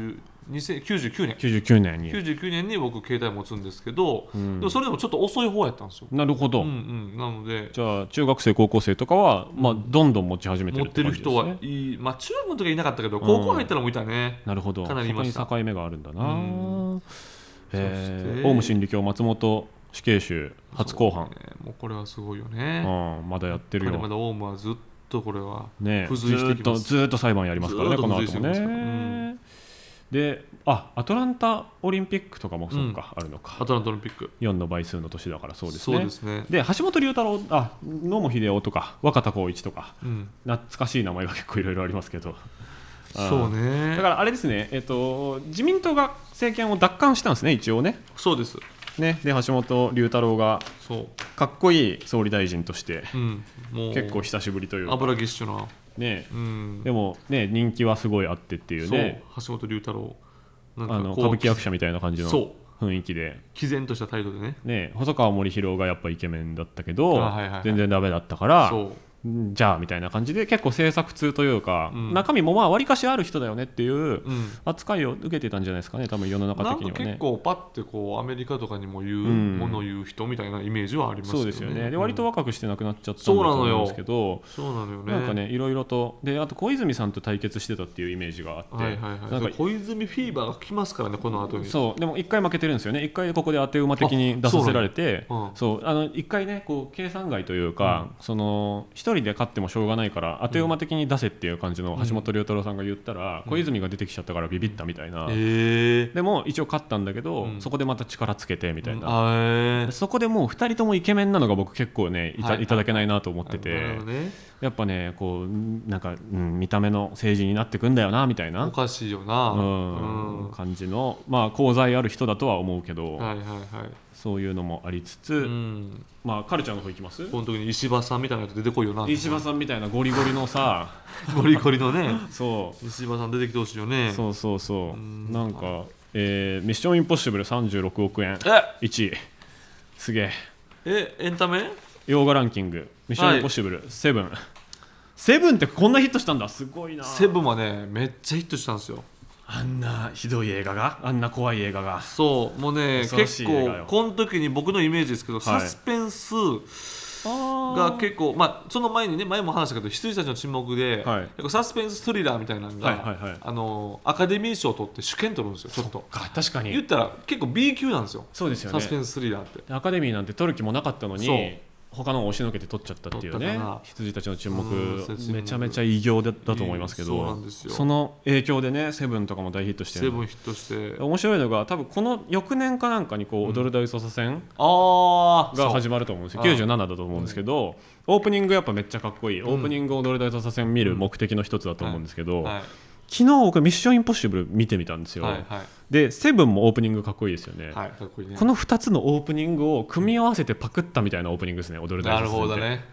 Speaker 2: 90 99年
Speaker 1: 99年に
Speaker 2: 99年に僕携帯持つんですけど、
Speaker 1: うん
Speaker 2: でもそれでもちょっと遅い方やったんですよ、
Speaker 1: なるほど、
Speaker 2: うんうん、なので
Speaker 1: じゃあ中学生高校生とかは、まあ、どんどん持ち始めて
Speaker 2: 持
Speaker 1: る
Speaker 2: っ
Speaker 1: って
Speaker 2: て
Speaker 1: 感
Speaker 2: る
Speaker 1: じです、
Speaker 2: 人
Speaker 1: ね、
Speaker 2: はいい、まあ、中学の時はいなかったけど高校入ったらもういたね、
Speaker 1: なるほど
Speaker 2: かなりいました
Speaker 1: そこに境目があるんだな、
Speaker 2: うんそ
Speaker 1: え
Speaker 2: し
Speaker 1: ー、
Speaker 2: て
Speaker 1: オウム真理教松本死刑囚初公判
Speaker 2: そうねもうこれはすごいよね
Speaker 1: うん、まだやってる
Speaker 2: これ
Speaker 1: よ
Speaker 2: まだオウムはずっとこれは
Speaker 1: ね、
Speaker 2: 付随してきま
Speaker 1: ずーっと
Speaker 2: す
Speaker 1: ずーっと裁判やりますからね、
Speaker 2: ず
Speaker 1: こ
Speaker 2: ーっ
Speaker 1: の
Speaker 2: と付
Speaker 1: 後
Speaker 2: 随して
Speaker 1: も
Speaker 2: きます
Speaker 1: ね。
Speaker 2: から
Speaker 1: で、あアトランタオリンピックとかもそうか、あるのか
Speaker 2: ア、トランタオリンピック
Speaker 1: 4の倍数の年だからそうです
Speaker 2: そう
Speaker 1: ね
Speaker 2: で。すね
Speaker 1: で橋本龍太郎、あ野茂英雄とか、若田光一とか、
Speaker 2: うん、
Speaker 1: 懐かしい名前が結構いろいろありますけど、あー
Speaker 2: そうね
Speaker 1: だからあれですね、えっと、自民党が政権を奪還したんですね、一応ね。
Speaker 2: そうです
Speaker 1: ねで、橋本龍太郎が
Speaker 2: そう、
Speaker 1: かっこいい総理大臣として、
Speaker 2: うん、もう
Speaker 1: 結構久しぶりというか、
Speaker 2: 油ぎっしょな
Speaker 1: ね、
Speaker 2: うん
Speaker 1: でも、ね、人気はすごいあってっていう
Speaker 2: そう
Speaker 1: ね。
Speaker 2: 橋本龍太郎なん
Speaker 1: あの歌
Speaker 2: こう
Speaker 1: 舞伎役者みたいな感じの
Speaker 2: そ
Speaker 1: 雰囲気で、
Speaker 2: 毅然とした態度でね
Speaker 1: ね、細川森博がやっぱイケメンだったけど、
Speaker 2: あはいはいはい
Speaker 1: 全然ダメだったから
Speaker 2: そう
Speaker 1: うんじゃあみたいな感じで結構制作通というか、
Speaker 2: うん
Speaker 1: 中身もまあわりかしある人だよねっていう
Speaker 2: うん
Speaker 1: 扱いを受けてたんじゃないですかね多分世の中
Speaker 2: なん
Speaker 1: 的に
Speaker 2: か
Speaker 1: はね
Speaker 2: 結。構パッてこうアメリカとかにも言う、
Speaker 1: ん
Speaker 2: もの言う人みたいなイメージはあります
Speaker 1: そうですよねで割と
Speaker 2: うん
Speaker 1: 若くして亡くなっちゃったんだと思うんですけど、
Speaker 2: そうなのよね
Speaker 1: なんかねいろいろとであと小泉さんと対決してたっていうイメージがあって、
Speaker 2: はいはい
Speaker 1: な
Speaker 2: は
Speaker 1: ん
Speaker 2: い
Speaker 1: か
Speaker 2: そう小泉フィーバーが来ますからねこの後に
Speaker 1: そうでも1回負けてるんですよね、1回ここで当て馬的に出させられて、
Speaker 2: あそうなんだ
Speaker 1: そう
Speaker 2: うん
Speaker 1: あの1回ね、こう計算外というか、その1人で勝ってもしょうがないから、当て馬的に出せっていう感じの橋本龍太郎さんが言ったら、小泉が出てきちゃったからビビったみたいな、
Speaker 2: ええ
Speaker 1: でも一応勝ったんだけど、
Speaker 2: うん
Speaker 1: そこでまた力つけてみたいな、
Speaker 2: あえー
Speaker 1: そこでもう2人ともイケメンなのが僕、結構ねいた,、
Speaker 2: はいい
Speaker 1: ただけないなと思ってて、
Speaker 2: なるほどね
Speaker 1: やっぱね、こうなんか、うん、見た目の政治になってくんだよなみたいな。
Speaker 2: おかしいよな
Speaker 1: うん
Speaker 2: うん
Speaker 1: 感じの、まあ、功罪ある人だとは思うけど、
Speaker 2: はいはいはい
Speaker 1: そういうのもありつつ、
Speaker 2: うん
Speaker 1: まあ、カルチャーの方行きます
Speaker 2: この時に石破さんみたいな人出てこいよな
Speaker 1: 石破さんみたいなゴリゴリのさ
Speaker 2: ゴリゴリの ね
Speaker 1: そ
Speaker 2: 石破さん出てきてほしいよね
Speaker 1: うそうそうそう
Speaker 2: うん
Speaker 1: なんか、えーミッションインポッシブル」36億円
Speaker 2: え
Speaker 1: 1位すげえ
Speaker 2: えエンタメ
Speaker 1: 洋画ランキング「ミッションインポッシブル」セブンセブンってこんなヒットしたんだすごいな
Speaker 2: セブンはねめっちゃヒットしたんですよ
Speaker 1: あんなひどい映画があんな怖い映画が
Speaker 2: そうもうね
Speaker 1: 恐ろしい
Speaker 2: 結
Speaker 1: 映画よ
Speaker 2: 構この時に僕のイメージですけど、
Speaker 1: い
Speaker 2: サスペンスが結構まあその前にね前も話したけど羊たちの沈黙で、
Speaker 1: はい
Speaker 2: 結構サスペンススリラーみたいなのが、
Speaker 1: はいはいはい
Speaker 2: あのアカデミー賞を取って主権取るんですよちょっと
Speaker 1: か確か
Speaker 2: 言っ
Speaker 1: に
Speaker 2: たら結構 B 級なんですよ
Speaker 1: そうですよ
Speaker 2: サスペ
Speaker 1: ね
Speaker 2: ンススリラーって
Speaker 1: アカデミーなんて取る気もなかったのに他のを押しのけて取っちゃったっていう
Speaker 2: 取っ
Speaker 1: ね
Speaker 2: たから
Speaker 1: 羊たちの沈黙
Speaker 2: うんそう沈黙
Speaker 1: めちゃめちゃ偉業だったと思いますけ
Speaker 2: そうな
Speaker 1: ど
Speaker 2: んですよ
Speaker 1: その影響でね「セブンとかも大ヒットして
Speaker 2: セ
Speaker 1: る
Speaker 2: ブンヒットして
Speaker 1: 面白いのが多分この翌年かなんかにこう「踊る大捜査線」
Speaker 2: ああ
Speaker 1: が始まると思うんですよ
Speaker 2: そう
Speaker 1: 97だと思うんですけど、オープニングやっぱめっちゃかっこいい、オープニングを「踊る大捜査線」見る目的の一つだと思うんですけど、
Speaker 2: はい
Speaker 1: 昨日僕「ミッションインポッシブル」見てみたんですよ、
Speaker 2: はいはい
Speaker 1: で「セブンもオープニングかっこいいですよね、
Speaker 2: はいかっこいいね
Speaker 1: この2つのオープニングを組み合わせてパクったみたいなオープニングですね「踊る大捜
Speaker 2: な
Speaker 1: 査線」
Speaker 2: る
Speaker 1: って
Speaker 2: ほどね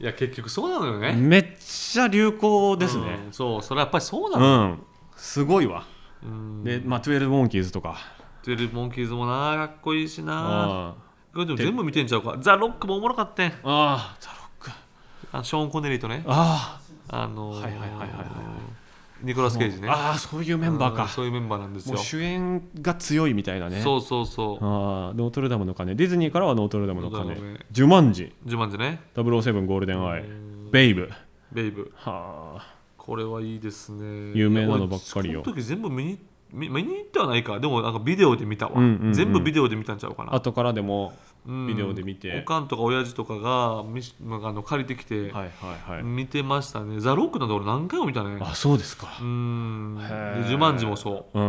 Speaker 2: いや結局そうなのよね
Speaker 1: めっちゃ流行です
Speaker 2: う
Speaker 1: ね
Speaker 2: んそうそれはやっぱりそうな
Speaker 1: うん、
Speaker 2: のよ
Speaker 1: すごいわ、
Speaker 2: うん
Speaker 1: でまあ12モンキーズとか
Speaker 2: トゥエルモンキーズもなかっこいいし
Speaker 1: あ
Speaker 2: なこれでも全部見てんちゃうかザ・ロックもおもろかったん
Speaker 1: あああザロック
Speaker 2: あショーン・コネリーとね
Speaker 1: あ
Speaker 2: あのー
Speaker 1: はいはいはいはいはい
Speaker 2: ニコラス・ケイジね
Speaker 1: ああそういうメンバー
Speaker 2: うん
Speaker 1: か
Speaker 2: そういうメンバーなんです
Speaker 1: も
Speaker 2: よ
Speaker 1: う主演が強いみたいなね
Speaker 2: そうそうそう
Speaker 1: あーノートルダムの鐘ディズニーからはノートルダムの
Speaker 2: ノー
Speaker 1: 鐘
Speaker 2: トルダムの鐘
Speaker 1: ジュマンジ
Speaker 2: ジュマンジね
Speaker 1: 007ゴールデンアイ
Speaker 2: うん
Speaker 1: ベイブ
Speaker 2: ベイブ
Speaker 1: はあ
Speaker 2: これはいいですね
Speaker 1: 有名なのばっかりよ
Speaker 2: 俺その時全部見に見見に行ってはないかでもなんかビデオで見たわ、
Speaker 1: うんうんうん
Speaker 2: 全部ビデオで見たんちゃうかな
Speaker 1: 後からでも
Speaker 2: うん
Speaker 1: ビデオで見て
Speaker 2: おかんとか親父とかがみしなんかあの借りてきて
Speaker 1: はいはいはい
Speaker 2: 見てましたね、ザ・ロックなんて俺何回も見たね
Speaker 1: あそうですか
Speaker 2: うん
Speaker 1: へ
Speaker 2: で
Speaker 1: ー
Speaker 2: ジュマンジもそう
Speaker 1: うん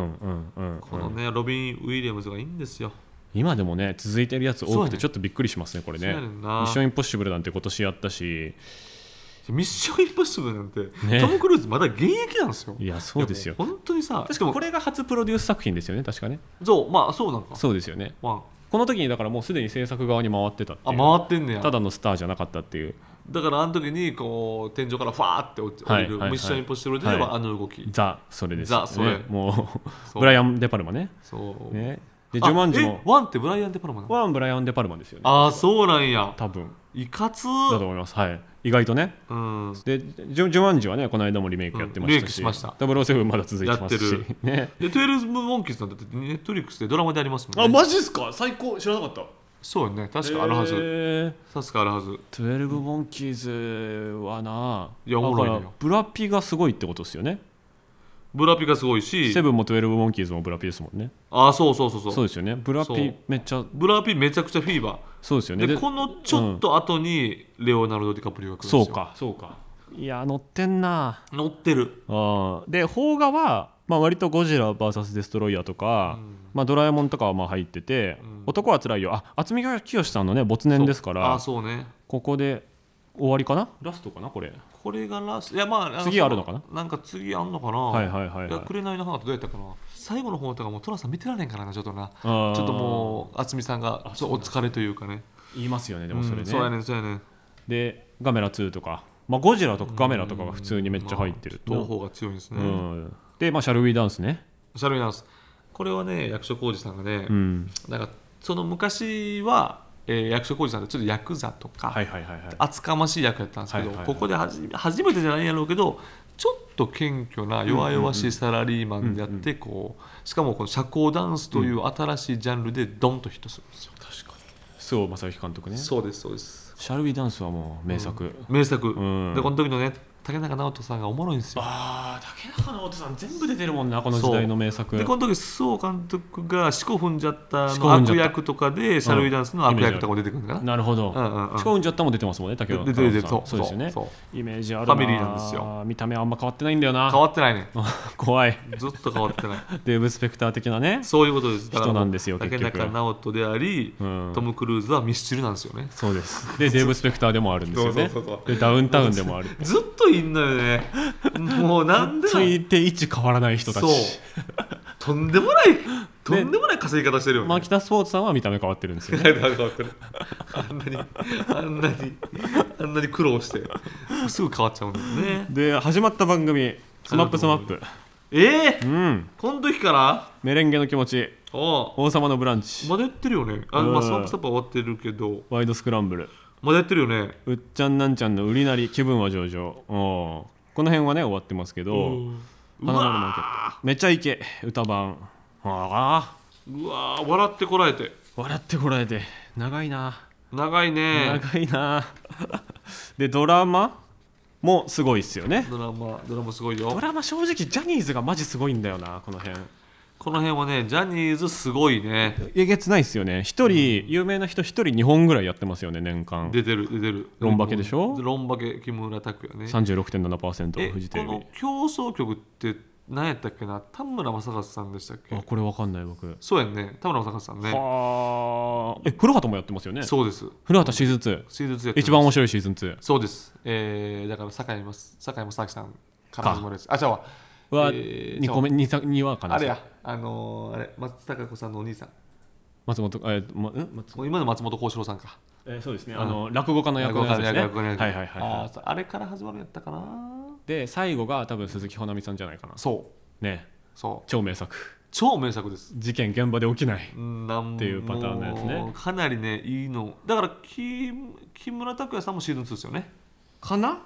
Speaker 1: うんうん
Speaker 2: この
Speaker 1: うん
Speaker 2: ね、ロビン・ウィリアムズがいいんですよ。
Speaker 1: 今でもね続いてるやつ
Speaker 2: そ
Speaker 1: 多
Speaker 2: う
Speaker 1: く
Speaker 2: や
Speaker 1: て
Speaker 2: ね
Speaker 1: ちょっとびっくりしますねこれね
Speaker 2: そうやねん
Speaker 1: ミ
Speaker 2: な
Speaker 1: ッションインポッシブルなんて今年やったし
Speaker 2: ミッション・インポッシブルなんて、
Speaker 1: ね
Speaker 2: トム・クルーズまだ現役なんですよ。
Speaker 1: いやそうですよ
Speaker 2: いやもう本当にさ、
Speaker 1: 確かこれが初プロデュース作品ですよね確かね
Speaker 2: そう、まあそうなんか。
Speaker 1: そうですよね
Speaker 2: ワン
Speaker 1: この時にだからもうすでに制作側に回ってたっていう
Speaker 2: あ、回ってんねや。
Speaker 1: ただのスターじゃなかったっていう
Speaker 2: だからあの時にこう天井からファーって落ち降
Speaker 1: はい
Speaker 2: りる、
Speaker 1: はいはい
Speaker 2: ミッション・インポッシブルといえば
Speaker 1: はい
Speaker 2: あの動き。
Speaker 1: ザそれですよね
Speaker 2: ザそれ
Speaker 1: も
Speaker 2: そうう
Speaker 1: ブライアン・デ・パルマね
Speaker 2: そう。
Speaker 1: ねで
Speaker 2: あ
Speaker 1: ジュマンジも
Speaker 2: えワンってブライアン・デ・パルマなの
Speaker 1: ワンブライアン・デ・パルマですよね
Speaker 2: ああ、そうなんや。
Speaker 1: 多分
Speaker 2: いかつ。
Speaker 1: だと思いますはい意外とね
Speaker 2: うん。
Speaker 1: でジュジュマンジはねこの間もリメイクやってましたし,、
Speaker 2: うんリメイクしました
Speaker 1: 007まだ続いてますし
Speaker 2: やって
Speaker 1: ね
Speaker 2: で、トゥエルズ・モンキーズなんてネットリックスでドラマでありますもんね。
Speaker 1: あマジっすか最高知らなかった
Speaker 2: そうよね。確かあるはず。
Speaker 1: えー
Speaker 2: 確かあるはず。
Speaker 1: 12モンキーズはな、
Speaker 2: いやおもろいね
Speaker 1: だからブラピがすごいってことですよね。
Speaker 2: ブラピがすごいし
Speaker 1: セ、ブンも12モンキーズもブラピですもんね。
Speaker 2: ああ、そうそうそうそう。
Speaker 1: そうですよね。ブラ
Speaker 2: そう
Speaker 1: ピめっちゃ
Speaker 2: ブラピめちゃくちゃフィーバ
Speaker 1: そうですよ
Speaker 2: ー
Speaker 1: ね。
Speaker 2: で
Speaker 1: で
Speaker 2: このちょっと後にレオナルド・ディカプリオが来るんです
Speaker 1: そ
Speaker 2: よ
Speaker 1: うかそうか。いや乗ってんな。
Speaker 2: 乗ってる
Speaker 1: あーで邦画はまあ割とゴジラ VS デストロイヤーとか、
Speaker 2: うん
Speaker 1: まあドラえもんとかはまあ入ってて、
Speaker 2: うん
Speaker 1: 男はつらいよ。あ渥美清さんのね没年ですか
Speaker 2: ああ
Speaker 1: ら
Speaker 2: そうね
Speaker 1: ここで終わりかな？ラストかなこれ？
Speaker 2: これがラストいやまあの
Speaker 1: 次あるのかな
Speaker 2: なんか次あんのかな
Speaker 1: はいはいはいはい
Speaker 2: や紅の花ってどうやったかな最後の方とかもう寅さん見てられんからなちょっとな
Speaker 1: ちょ
Speaker 2: ちょっともう渥美さんがちょっとお疲れというかね
Speaker 1: 言いますよねでもそれね。
Speaker 2: うんそうやねんそうやねん
Speaker 1: でガメラ2とか、まあ、ゴジラとかガメラとかが普通にめっちゃ入ってる
Speaker 2: まあ東
Speaker 1: と、
Speaker 2: 方が強いんです
Speaker 1: う
Speaker 2: ね、
Speaker 1: ん、で、まあ、シャルウィーダンスね、
Speaker 2: おしゃれなんですこれはね役所広司さんがね、
Speaker 1: うん、
Speaker 2: なんかその昔は、えー役所広司さんってちょっとヤクザとか、
Speaker 1: はいはいはいはい
Speaker 2: 厚かましい役やったんですけ
Speaker 1: はい
Speaker 2: ど、
Speaker 1: はいはい
Speaker 2: ここではじ初めてじゃないんやろうけどちょっと謙虚な弱々しいサラリーマンでやってこうしかもこの社交ダンスという新しいジャンルでドンとヒットするんですよ。
Speaker 1: 確かに周防正之監督ねシ
Speaker 2: そうですそうです
Speaker 1: ャルウィーダンスはもう名作、
Speaker 2: 名作、
Speaker 1: ん
Speaker 2: でこの時のね竹中直人さんがおもろいんですよ。
Speaker 1: ああ竹中直人さん全部出てるもんなこの時代の名作
Speaker 2: でこの時須藤監督が「四股踏んじゃった」
Speaker 1: 四股
Speaker 2: の
Speaker 1: 踏んじゃっ
Speaker 2: 悪
Speaker 1: た
Speaker 2: 役とかでシャルウィダンスの悪役とかも出てくるのかな。
Speaker 1: なるほど、
Speaker 2: うんうんうん
Speaker 1: チコウンジャッタも出てますもんね竹中
Speaker 2: で
Speaker 1: 直
Speaker 2: 出てる
Speaker 1: 人さん
Speaker 2: そう
Speaker 1: そうですよね
Speaker 2: そう
Speaker 1: イメージある
Speaker 2: ファミリーなんですよ
Speaker 1: 見た目はあんま変わってないんだよな
Speaker 2: 変わってないね
Speaker 1: 怖い
Speaker 2: ずっと変わってない。
Speaker 1: デーブ・スペクター的なね
Speaker 2: そういうことです。だから
Speaker 1: 人なんですよ
Speaker 2: 竹
Speaker 1: 結局
Speaker 2: 中直人であり、
Speaker 1: うん
Speaker 2: トム・クルーズはミスチルなんですよね。
Speaker 1: そうですでデーブ・スペクターでもあるんですよね
Speaker 2: そうそうそうそ
Speaker 1: でダウンタウンでもある
Speaker 2: ずっといんのよね。もうなんでも
Speaker 1: ついて位置変わらない人た
Speaker 2: そう
Speaker 1: ち。
Speaker 2: とんでもない、とんでもない稼ぎ方してるよね。
Speaker 1: マキタスポーツさんは見た目変わってるんですよね
Speaker 2: あんなに、あんなに、あんなに苦労して、すぐ変わっちゃうんだよね。
Speaker 1: で始まった番組「スマップスマップ
Speaker 2: ええ
Speaker 1: うん
Speaker 2: この時から
Speaker 1: メレンゲの気持ち
Speaker 2: おう
Speaker 1: 王様のブランチ
Speaker 2: まだやってるよね。あ、
Speaker 1: う
Speaker 2: まあ、
Speaker 1: ん
Speaker 2: スワンプサップは終わってるけど、
Speaker 1: ワイドスクランブル
Speaker 2: まだやってるよね。
Speaker 1: うっちゃんなんちゃんの売りなり気分は上々おーこの辺はね終わってますけど
Speaker 2: う
Speaker 1: 花丸マーケ
Speaker 2: わ
Speaker 1: ットめちゃイケ歌版ああ
Speaker 2: ーうわー笑ってこらえて。
Speaker 1: 笑ってこらえて長いな
Speaker 2: 長いね。
Speaker 1: 長いなでドラマもすごいっすよね
Speaker 2: ドラマ、ドラマすごい
Speaker 1: ド
Speaker 2: よ。
Speaker 1: ラマ正直ジャニーズがマジすごいんだよなこの辺
Speaker 2: この辺はね、ジャニーズすごいね。
Speaker 1: えげつないですよね一人有名な人一人2本ぐらいやってますよね年間
Speaker 2: 出てる、出てる。
Speaker 1: ロンバケでしょ
Speaker 2: ロンバケ、木村拓哉ね。え
Speaker 1: 36.7%フジテレ
Speaker 2: この
Speaker 1: ビ
Speaker 2: 競争曲って何やったっけな田村正和さんでしたっ
Speaker 1: あ
Speaker 2: け
Speaker 1: これわかんない僕、
Speaker 2: そうやんね田村正和さんね
Speaker 1: はあえ古畑もやってますよね
Speaker 2: そうです
Speaker 1: 古畑シーズン
Speaker 2: シーズン2やっ
Speaker 1: 2
Speaker 2: て
Speaker 1: 一番
Speaker 2: ます
Speaker 1: 面白いシーズン2
Speaker 2: そうですえー、だから堺井坂井正明さんから
Speaker 1: か
Speaker 2: 始まるやつあじゃあわ
Speaker 1: は
Speaker 2: えー
Speaker 1: 2個目二作二話かな
Speaker 2: あれやあのー、あれ松たか子さんのお兄さん
Speaker 1: 松本えーまん松
Speaker 2: もう今の松本幸四郎さんか
Speaker 1: えーそうですね
Speaker 2: うん
Speaker 1: あの落語家の役のやつですね
Speaker 2: 落語家の役
Speaker 1: はいはいはい
Speaker 2: あ
Speaker 1: は
Speaker 2: ーそうあれから始まるやったかない
Speaker 1: で最後が多分鈴木保奈美さんじゃないかな
Speaker 2: そう
Speaker 1: ね
Speaker 2: そう
Speaker 1: 超名作
Speaker 2: 超名作です
Speaker 1: 事件現場で起きない
Speaker 2: なん
Speaker 1: っていうパターンのやつね
Speaker 2: もうかなりねいいのだから木木村拓哉さんもシーズン2ですよね
Speaker 1: かな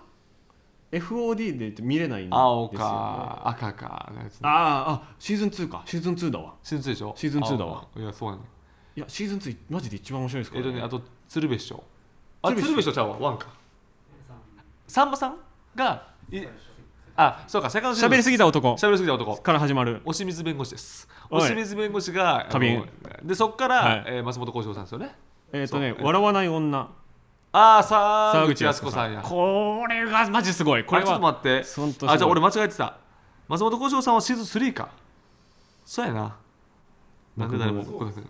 Speaker 1: FOD でって見れないんですよ、ね、
Speaker 2: 青か赤かのやつね
Speaker 1: あーあシーズン2かシーズン2だわ
Speaker 2: シーズン2でしょ
Speaker 1: シーズン2だわ
Speaker 2: あいやそうやね
Speaker 1: いやシーズン2マジで一番面白いですか
Speaker 2: えっ
Speaker 1: ら、
Speaker 2: とねあと鶴瓶師匠あ
Speaker 1: 鶴瓶師匠
Speaker 2: 鶴瓶師匠ちゃうわワンかさんまさんがいあそうかセカンドシーズン
Speaker 1: 喋りすぎた男
Speaker 2: 喋りすぎた男
Speaker 1: から始まる
Speaker 2: 押水弁護士です
Speaker 1: おい
Speaker 2: 押水弁護士が
Speaker 1: 花瓶
Speaker 2: あのでそこから、
Speaker 1: はい
Speaker 2: えー松本幸四郎さんですよね
Speaker 1: えっ、とね
Speaker 2: そう
Speaker 1: 笑わない女
Speaker 2: ああ沢
Speaker 1: 沢
Speaker 2: 口
Speaker 1: 口
Speaker 2: 靖
Speaker 1: 靖
Speaker 2: 子
Speaker 1: 子
Speaker 2: さ
Speaker 1: さ
Speaker 2: ん
Speaker 1: ん
Speaker 2: や
Speaker 1: これがマジすごいこ
Speaker 2: あ
Speaker 1: れ
Speaker 2: れちょっと
Speaker 1: は
Speaker 2: 待って
Speaker 1: そんとすごい
Speaker 2: あじゃあ俺間違えてた松本幸四郎さんはシーズン3かそうやななんで誰も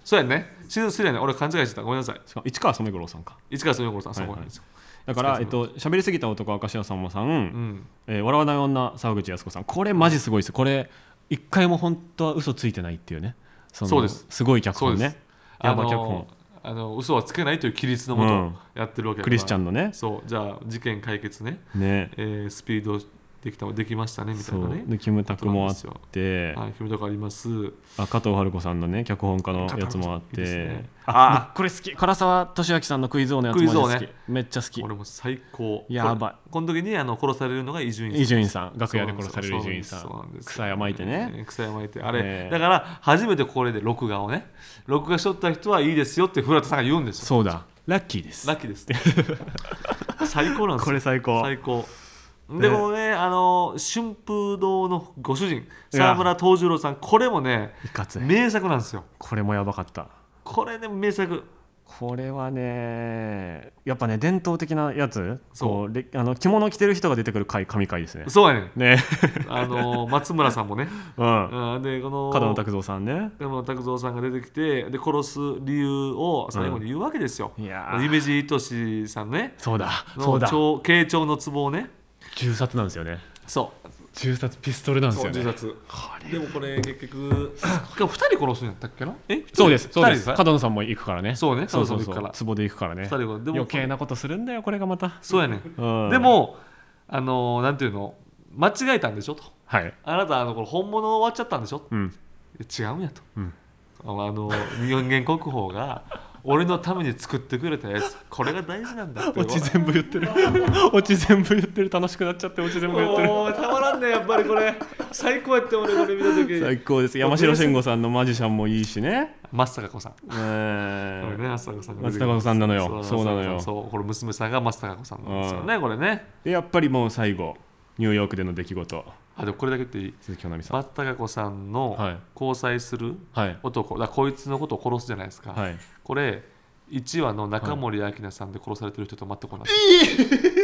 Speaker 2: そうやねシーズン3やね俺勘違いしてたごめんなさい
Speaker 1: しかも市川染五郎さんか
Speaker 2: 市川染五郎さんそこ
Speaker 1: はい
Speaker 2: な
Speaker 1: は
Speaker 2: ん
Speaker 1: い
Speaker 2: ですよ、
Speaker 1: だからえっと喋りすぎた男明石家さんまさん、
Speaker 2: うん
Speaker 1: えー笑わない女沢口靖子さんこれマジすごいですこれ一回も本当は嘘ついてないっていうねその
Speaker 2: そうです
Speaker 1: すごい脚
Speaker 2: そう
Speaker 1: 本
Speaker 2: です
Speaker 1: ねやば
Speaker 2: あ
Speaker 1: い
Speaker 2: の
Speaker 1: 脚本
Speaker 2: あの嘘はつけないという規律のもとやってるわけだから、
Speaker 1: クリスチャンのね
Speaker 2: そうじゃあ事件解決ね、
Speaker 1: ね
Speaker 2: えースピードできたできましたねみた
Speaker 1: そ
Speaker 2: いな
Speaker 1: う
Speaker 2: ね
Speaker 1: でキムタクもあっ
Speaker 2: そうなん
Speaker 1: て
Speaker 2: はい、ひもとかあります。
Speaker 1: あ加藤春子さんのね脚本家のやつもあっ
Speaker 2: いいです
Speaker 1: て
Speaker 2: ね あ
Speaker 1: これ好き唐沢俊明さんのクイズ王のやつ
Speaker 2: クイズ王
Speaker 1: も
Speaker 2: ね
Speaker 1: 好きめっちゃ好き
Speaker 2: あ、俺も最高。
Speaker 1: やばい
Speaker 2: この時にあの殺されるのが伊集院さん。
Speaker 1: 伊集院さん楽屋で殺される伊集院さ
Speaker 2: そうなん
Speaker 1: ん
Speaker 2: です
Speaker 1: 草屋巻いてね。
Speaker 2: 草屋巻いて。あれ、
Speaker 1: ええ
Speaker 2: だから初めてこれで録画をね、録画しとった人はいいですよって古畑さんが言うんですよ。
Speaker 1: そうだラッキーです
Speaker 2: ラッキーです。最高なんですよ。
Speaker 1: これ最高
Speaker 2: 最高。で
Speaker 1: ね
Speaker 2: もね、あの春風堂のご主人、
Speaker 1: や
Speaker 2: 沢村藤十郎さん、これもね、
Speaker 1: いかつい
Speaker 2: 名作なんですよ。
Speaker 1: これもやばかった
Speaker 2: これね、名作。
Speaker 1: これはねやっぱね伝統的なやつ
Speaker 2: そう
Speaker 1: こうれあの着物着てる人が出てくる回神回ですね
Speaker 2: そうやねん。
Speaker 1: ね
Speaker 2: あの松村さんもね。
Speaker 1: うん
Speaker 2: うん、でこの
Speaker 1: 角野拓三さんね
Speaker 2: でも拓三さんが出てきてで殺す理由を最後に言うわけですよ。
Speaker 1: いやー
Speaker 2: 夢二俊さんね
Speaker 1: そうだ
Speaker 2: の
Speaker 1: そうだ
Speaker 2: 長慶長の壺をね
Speaker 1: 銃殺なんですよね
Speaker 2: そ
Speaker 1: 銃殺ピストルなん
Speaker 2: う
Speaker 1: ですよね
Speaker 2: 殺
Speaker 1: これ
Speaker 2: でもこれ 結局今日2人殺すんやったっけなえ
Speaker 1: そうですそうです
Speaker 2: 2人
Speaker 1: 角野さんも行くからね
Speaker 2: そうね
Speaker 1: そうそう
Speaker 2: 角野さんも行
Speaker 1: そ
Speaker 2: くから
Speaker 1: う壺で行くからね
Speaker 2: 二人はでも
Speaker 1: 余計なことするんだよこれがまた
Speaker 2: そうやねん、
Speaker 1: うん
Speaker 2: でもあのーなんていうの間違えたんでしょと
Speaker 1: はい
Speaker 2: あなたあのこれ本物終わっちゃったんでしょ
Speaker 1: うん
Speaker 2: 違うんやと、
Speaker 1: うん
Speaker 2: あのあの人間国宝が俺のために作ってくれたやつこれが大事なんだって
Speaker 1: オチ全部言ってる オチ全部言ってる楽しくなっちゃってオチ全部言ってる
Speaker 2: もうたまらんねやっぱりこれ最高やって俺これ見た時
Speaker 1: 最高です山城慎吾さんのマジシャンもいいしね
Speaker 2: 松坂子さん
Speaker 1: うー
Speaker 2: これ
Speaker 1: ん
Speaker 2: ね松坂子さんが
Speaker 1: 松たか子さんなのよ
Speaker 2: そ
Speaker 1: そううな
Speaker 2: なの
Speaker 1: の
Speaker 2: よ
Speaker 1: よ
Speaker 2: そうこれ娘さんが松坂子さんなんですよねこれね
Speaker 1: でやっぱりもう最後ニューヨークでの出来事
Speaker 2: あでもこれだけ言っていい
Speaker 1: 鈴木保奈美さん
Speaker 2: 松坂子さんの
Speaker 1: はい
Speaker 2: 交際する
Speaker 1: はい
Speaker 2: 男だからこいつのことを殺すじゃないですか、
Speaker 1: はい
Speaker 2: これ1話の中森明菜さんで殺されてる人と全く同じ、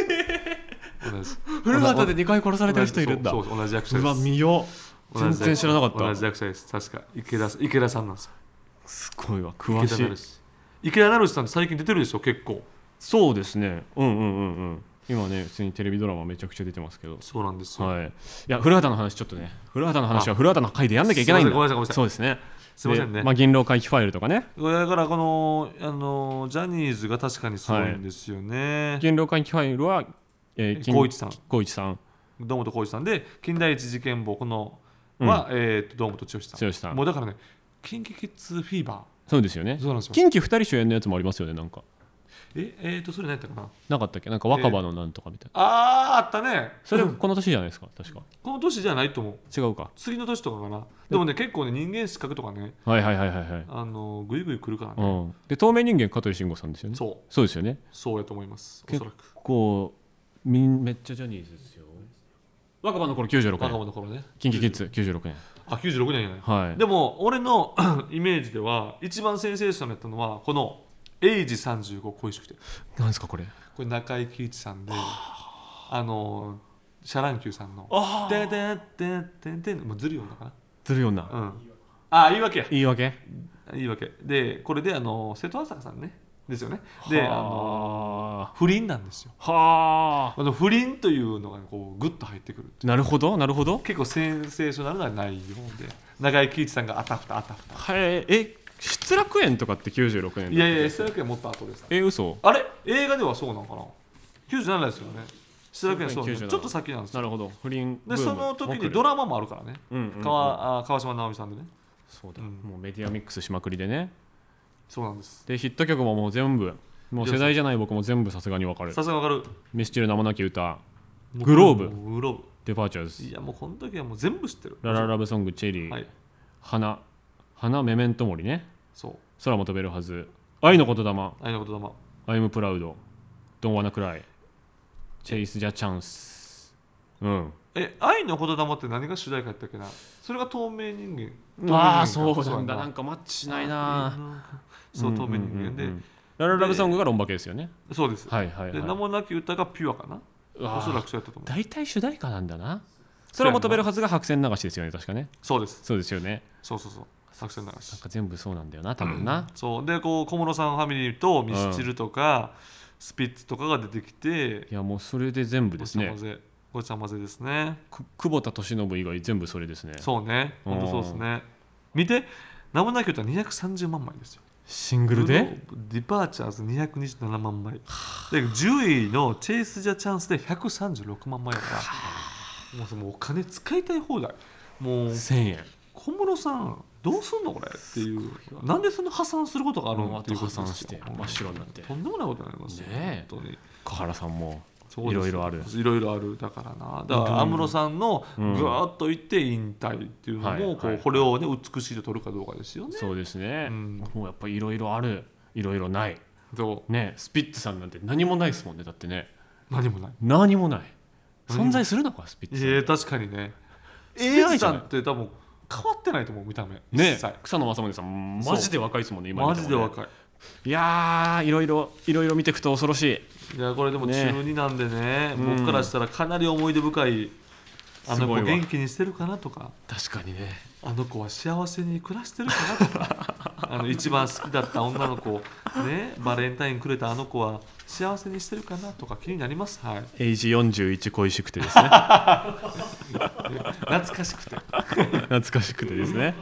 Speaker 2: 同じ
Speaker 1: 古畑で2回殺さ
Speaker 2: さ
Speaker 1: れてる人いるんだ
Speaker 2: そう
Speaker 1: う
Speaker 2: そう同じ役者です
Speaker 1: わ見よう
Speaker 2: 同
Speaker 1: 全
Speaker 2: じ
Speaker 1: 然知らなかっ
Speaker 2: 同じ
Speaker 1: た
Speaker 2: 役者です確か池田さん池田さんなんですよ
Speaker 1: すごいわ詳
Speaker 2: 池田
Speaker 1: し
Speaker 2: 成
Speaker 1: い
Speaker 2: 志池田成志さんって最近出てるでしょ結構
Speaker 1: そうですねうんうんうんうん今ね普通にテレビドラマめちゃくちゃ出てますけど
Speaker 2: そうなんですよ、
Speaker 1: はいいや古畑の話ちょっとね古畑の話は古畑の回でやんなきゃいけないんだ
Speaker 2: すいませんごめんなさいご
Speaker 1: そうですね
Speaker 2: すいませんね
Speaker 1: でまあ銀狼回帰ファイルとかね
Speaker 2: だからこのあのジャニーズが確かにすごいんですよね、
Speaker 1: 銀狼回帰ファイルはえー金
Speaker 2: 光一さん
Speaker 1: 光一さん
Speaker 2: 堂本光一さんで金田一事件簿この
Speaker 1: うん
Speaker 2: は、えーと堂本剛さん
Speaker 1: 剛さん
Speaker 2: もうだからね近畿キッズフィーバ
Speaker 1: そうですよね
Speaker 2: ーそうなんですよ
Speaker 1: 近畿二人主演のやつもありますよねなんか
Speaker 2: ええー、とそれ何やったかな
Speaker 1: なかったっけなんか若葉のなんとかみたいな、
Speaker 2: あーあったね
Speaker 1: それこの年じゃないですか確か
Speaker 2: この年じゃないと思う
Speaker 1: 違うか
Speaker 2: 次の年とかかなでもね結構ね人間失格とかね
Speaker 1: はいはいはいはいはい、
Speaker 2: あのグイグイ来るから
Speaker 1: う
Speaker 2: ね、
Speaker 1: ん、で透明人間香取慎吾さんですよね
Speaker 2: そう
Speaker 1: そうですよね
Speaker 2: そうやと思いますお
Speaker 1: 結
Speaker 2: そらく
Speaker 1: 構みんめっちゃジャニーズですよ若葉の頃96
Speaker 2: 若
Speaker 1: 年
Speaker 2: 者の頃ね
Speaker 1: 近畿キッズ96年
Speaker 2: あ96年やね
Speaker 1: はい
Speaker 2: でも俺の イメージでは一番センセーションやったのはこの「エイジ35恋しくて」
Speaker 1: なんですかこれ
Speaker 2: これ中井貴一さんであのシャランキューさんの「
Speaker 1: あ
Speaker 2: てんてんてんてんてん」もうずるようなのか
Speaker 1: ずるよな、
Speaker 2: なうんあ言い訳や
Speaker 1: 言い訳
Speaker 2: 言い訳でこれであの瀬戸朝香さんねですよねであの
Speaker 1: は
Speaker 2: 不倫なんですよ
Speaker 1: あはあ
Speaker 2: あの不倫というのがこうグッと入ってくる
Speaker 1: なるほどなるほど
Speaker 2: 結構センセーショナルな内容で中井貴一さんがあたふたあたふた
Speaker 1: はいえ失楽園とかって96年だった
Speaker 2: いやいやそれだけもっと後です
Speaker 1: え嘘
Speaker 2: あれ映画ではそうなのかな97ですよね失楽園そうですね
Speaker 1: 97
Speaker 2: ちょっと先なんです
Speaker 1: な
Speaker 2: よ
Speaker 1: るほど不倫ブ
Speaker 2: で
Speaker 1: ーム
Speaker 2: その時に
Speaker 1: も来
Speaker 2: ド
Speaker 1: る
Speaker 2: ラマもあるからね
Speaker 1: うんうんうん
Speaker 2: 川あ川島直美さんでね
Speaker 1: そうだ、
Speaker 2: うん
Speaker 1: もうメディアミックスしまくりでね
Speaker 2: そうなんです
Speaker 1: でヒット曲ももう全部もう世代じゃない僕も全部さすがにわかる
Speaker 2: さすがわかる
Speaker 1: ミスチル名もなき歌
Speaker 2: もう
Speaker 1: グローブ
Speaker 2: グロー
Speaker 1: デパーチャー
Speaker 2: ブ
Speaker 1: ズ
Speaker 2: いやもうこの時はもう全部知ってる
Speaker 1: ラララブソングチェリー、
Speaker 2: はい
Speaker 1: 花花メメントモリね
Speaker 2: そう
Speaker 1: 空も飛べるはず愛の言霊
Speaker 2: 愛の言霊
Speaker 1: I'm proud don't wanna cry chase the chance うん
Speaker 2: え愛の言霊って何が主題歌やったっけなそれが透明人間
Speaker 1: ああ
Speaker 2: 透
Speaker 1: そ
Speaker 2: 明人
Speaker 1: う
Speaker 2: 間か
Speaker 1: なんだ
Speaker 2: や
Speaker 1: なんかマッチしないな
Speaker 2: そう透明人
Speaker 1: うんうんう
Speaker 2: 間
Speaker 1: ん
Speaker 2: で、
Speaker 1: うんラララブソングがロンバケですよね
Speaker 2: そうです、
Speaker 1: はいはい
Speaker 2: で名
Speaker 1: は
Speaker 2: もなき歌がピュアかない
Speaker 1: わ
Speaker 2: おそら
Speaker 1: あ
Speaker 2: くそうやったと 思う
Speaker 1: 大体主題歌なんだな空も飛べるはずが白線流しですよね確かね
Speaker 2: そうです
Speaker 1: そうですよね
Speaker 2: そうそうそう作戦流し
Speaker 1: なんか全部そうなんだよな多分な
Speaker 2: そうでこう小室さんファミリーとミスチルとか、スピッツとかが出てきて
Speaker 1: いやもうそれで全部です
Speaker 2: ご
Speaker 1: ね
Speaker 2: ちゃ混ぜごちゃ混ぜですね
Speaker 1: く久保田利伸以外全部それですね
Speaker 2: そうね本当そうですね見て名もなき歌230万枚ですよ
Speaker 1: シングル
Speaker 2: グ
Speaker 1: で
Speaker 2: ローブディパーチャーズ227万枚で10位のチェイス・ジャ・チャンスで136万枚やからもうそのお金使いたい放題もう
Speaker 1: 1000円
Speaker 2: 小室さんどうすんのこれっていうなんでそんな破産することがあるの
Speaker 1: うん
Speaker 2: っていうことですよ
Speaker 1: あと破産して真っ白になって
Speaker 2: とんでもないことになりますよ、
Speaker 1: ねえ
Speaker 2: 本当に
Speaker 1: 小原さんも
Speaker 2: そうです
Speaker 1: いろいろある
Speaker 2: いろいろあるだからなだから安室さんのぐ
Speaker 1: ん
Speaker 2: ーっといって引退っていうの
Speaker 1: はい
Speaker 2: もこ
Speaker 1: は
Speaker 2: う
Speaker 1: い
Speaker 2: これをね美しいと取るかどうかですよね
Speaker 1: そうですね、
Speaker 2: うん
Speaker 1: もうやっぱりいろいろあるいろいろない
Speaker 2: どう
Speaker 1: ねスピッツさんなんて何もないですもんねだってね
Speaker 2: 何もない
Speaker 1: 何もない
Speaker 2: 何も
Speaker 1: 存在するのかスピッツ
Speaker 2: い
Speaker 1: さ
Speaker 2: や
Speaker 1: ん
Speaker 2: 確かにね
Speaker 1: AI
Speaker 2: ス
Speaker 1: じ
Speaker 2: さ
Speaker 1: ゃ
Speaker 2: ん
Speaker 1: ない
Speaker 2: って多分変わってないと思う見た目
Speaker 1: ね
Speaker 2: 一切
Speaker 1: 草野正宗さん
Speaker 2: そう
Speaker 1: マジで若いですもんね今
Speaker 2: マジで
Speaker 1: い
Speaker 2: 若い
Speaker 1: いやーいろいろいろいろ見ていくと恐ろしい
Speaker 2: いやこれでも中
Speaker 1: ね
Speaker 2: 2なんでね
Speaker 1: うん
Speaker 2: 僕からしたらかなり思い出深いあの
Speaker 1: すごい
Speaker 2: 子
Speaker 1: わ
Speaker 2: 元気にしてるかなとか
Speaker 1: 確かにね
Speaker 2: あの子は幸せに暮らしてるかな とかあの一番好きだった女の子、ね、バレンタインくれたあの子は幸せにしてるかなとか気になります、はい、
Speaker 1: エイジ41恋しくてですね
Speaker 2: 懐かしくて
Speaker 1: 懐かしくてですね、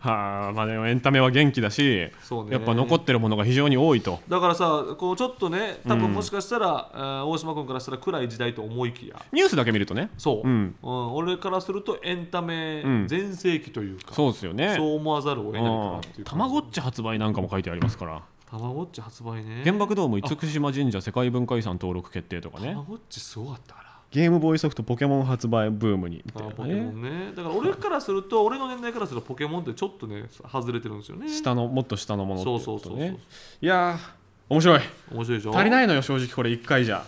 Speaker 1: はあまあでもエンタメは元気だし
Speaker 2: そうね
Speaker 1: やっぱ残ってるものが非常に多いと
Speaker 2: だからさこうちょっとね多
Speaker 1: うん
Speaker 2: 分もしかしたら、えー大島君からしたら暗い時代と思いきや
Speaker 1: ニュースだけ見るとね
Speaker 2: そ
Speaker 1: う
Speaker 2: う、うんん俺からするとエンタメ
Speaker 1: ん
Speaker 2: 全盛期というか、
Speaker 1: そうですよね
Speaker 2: そう思わざるを得ないかなっていううんか
Speaker 1: たまごっち発売なんかも書いてありますから
Speaker 2: たまごっち発売ね
Speaker 1: 原爆ドーム厳島神社世界文化遺産登録決定とか
Speaker 2: た
Speaker 1: ね
Speaker 2: まごっちすごかったから
Speaker 1: ゲームボーイソフトポケモン発売ブームにみ
Speaker 2: あ
Speaker 1: たいな
Speaker 2: ポケモ
Speaker 1: ね
Speaker 2: ンねだから俺からすると俺の年代からするとポケモンってちょっとね外れてるんですよね
Speaker 1: 下のもっと下のものってい
Speaker 2: そう
Speaker 1: こ
Speaker 2: そう
Speaker 1: と
Speaker 2: そうそう
Speaker 1: ねいやー面白い
Speaker 2: 面白いでしょ
Speaker 1: 足り
Speaker 2: い
Speaker 1: ないのよ正直これ1回じゃ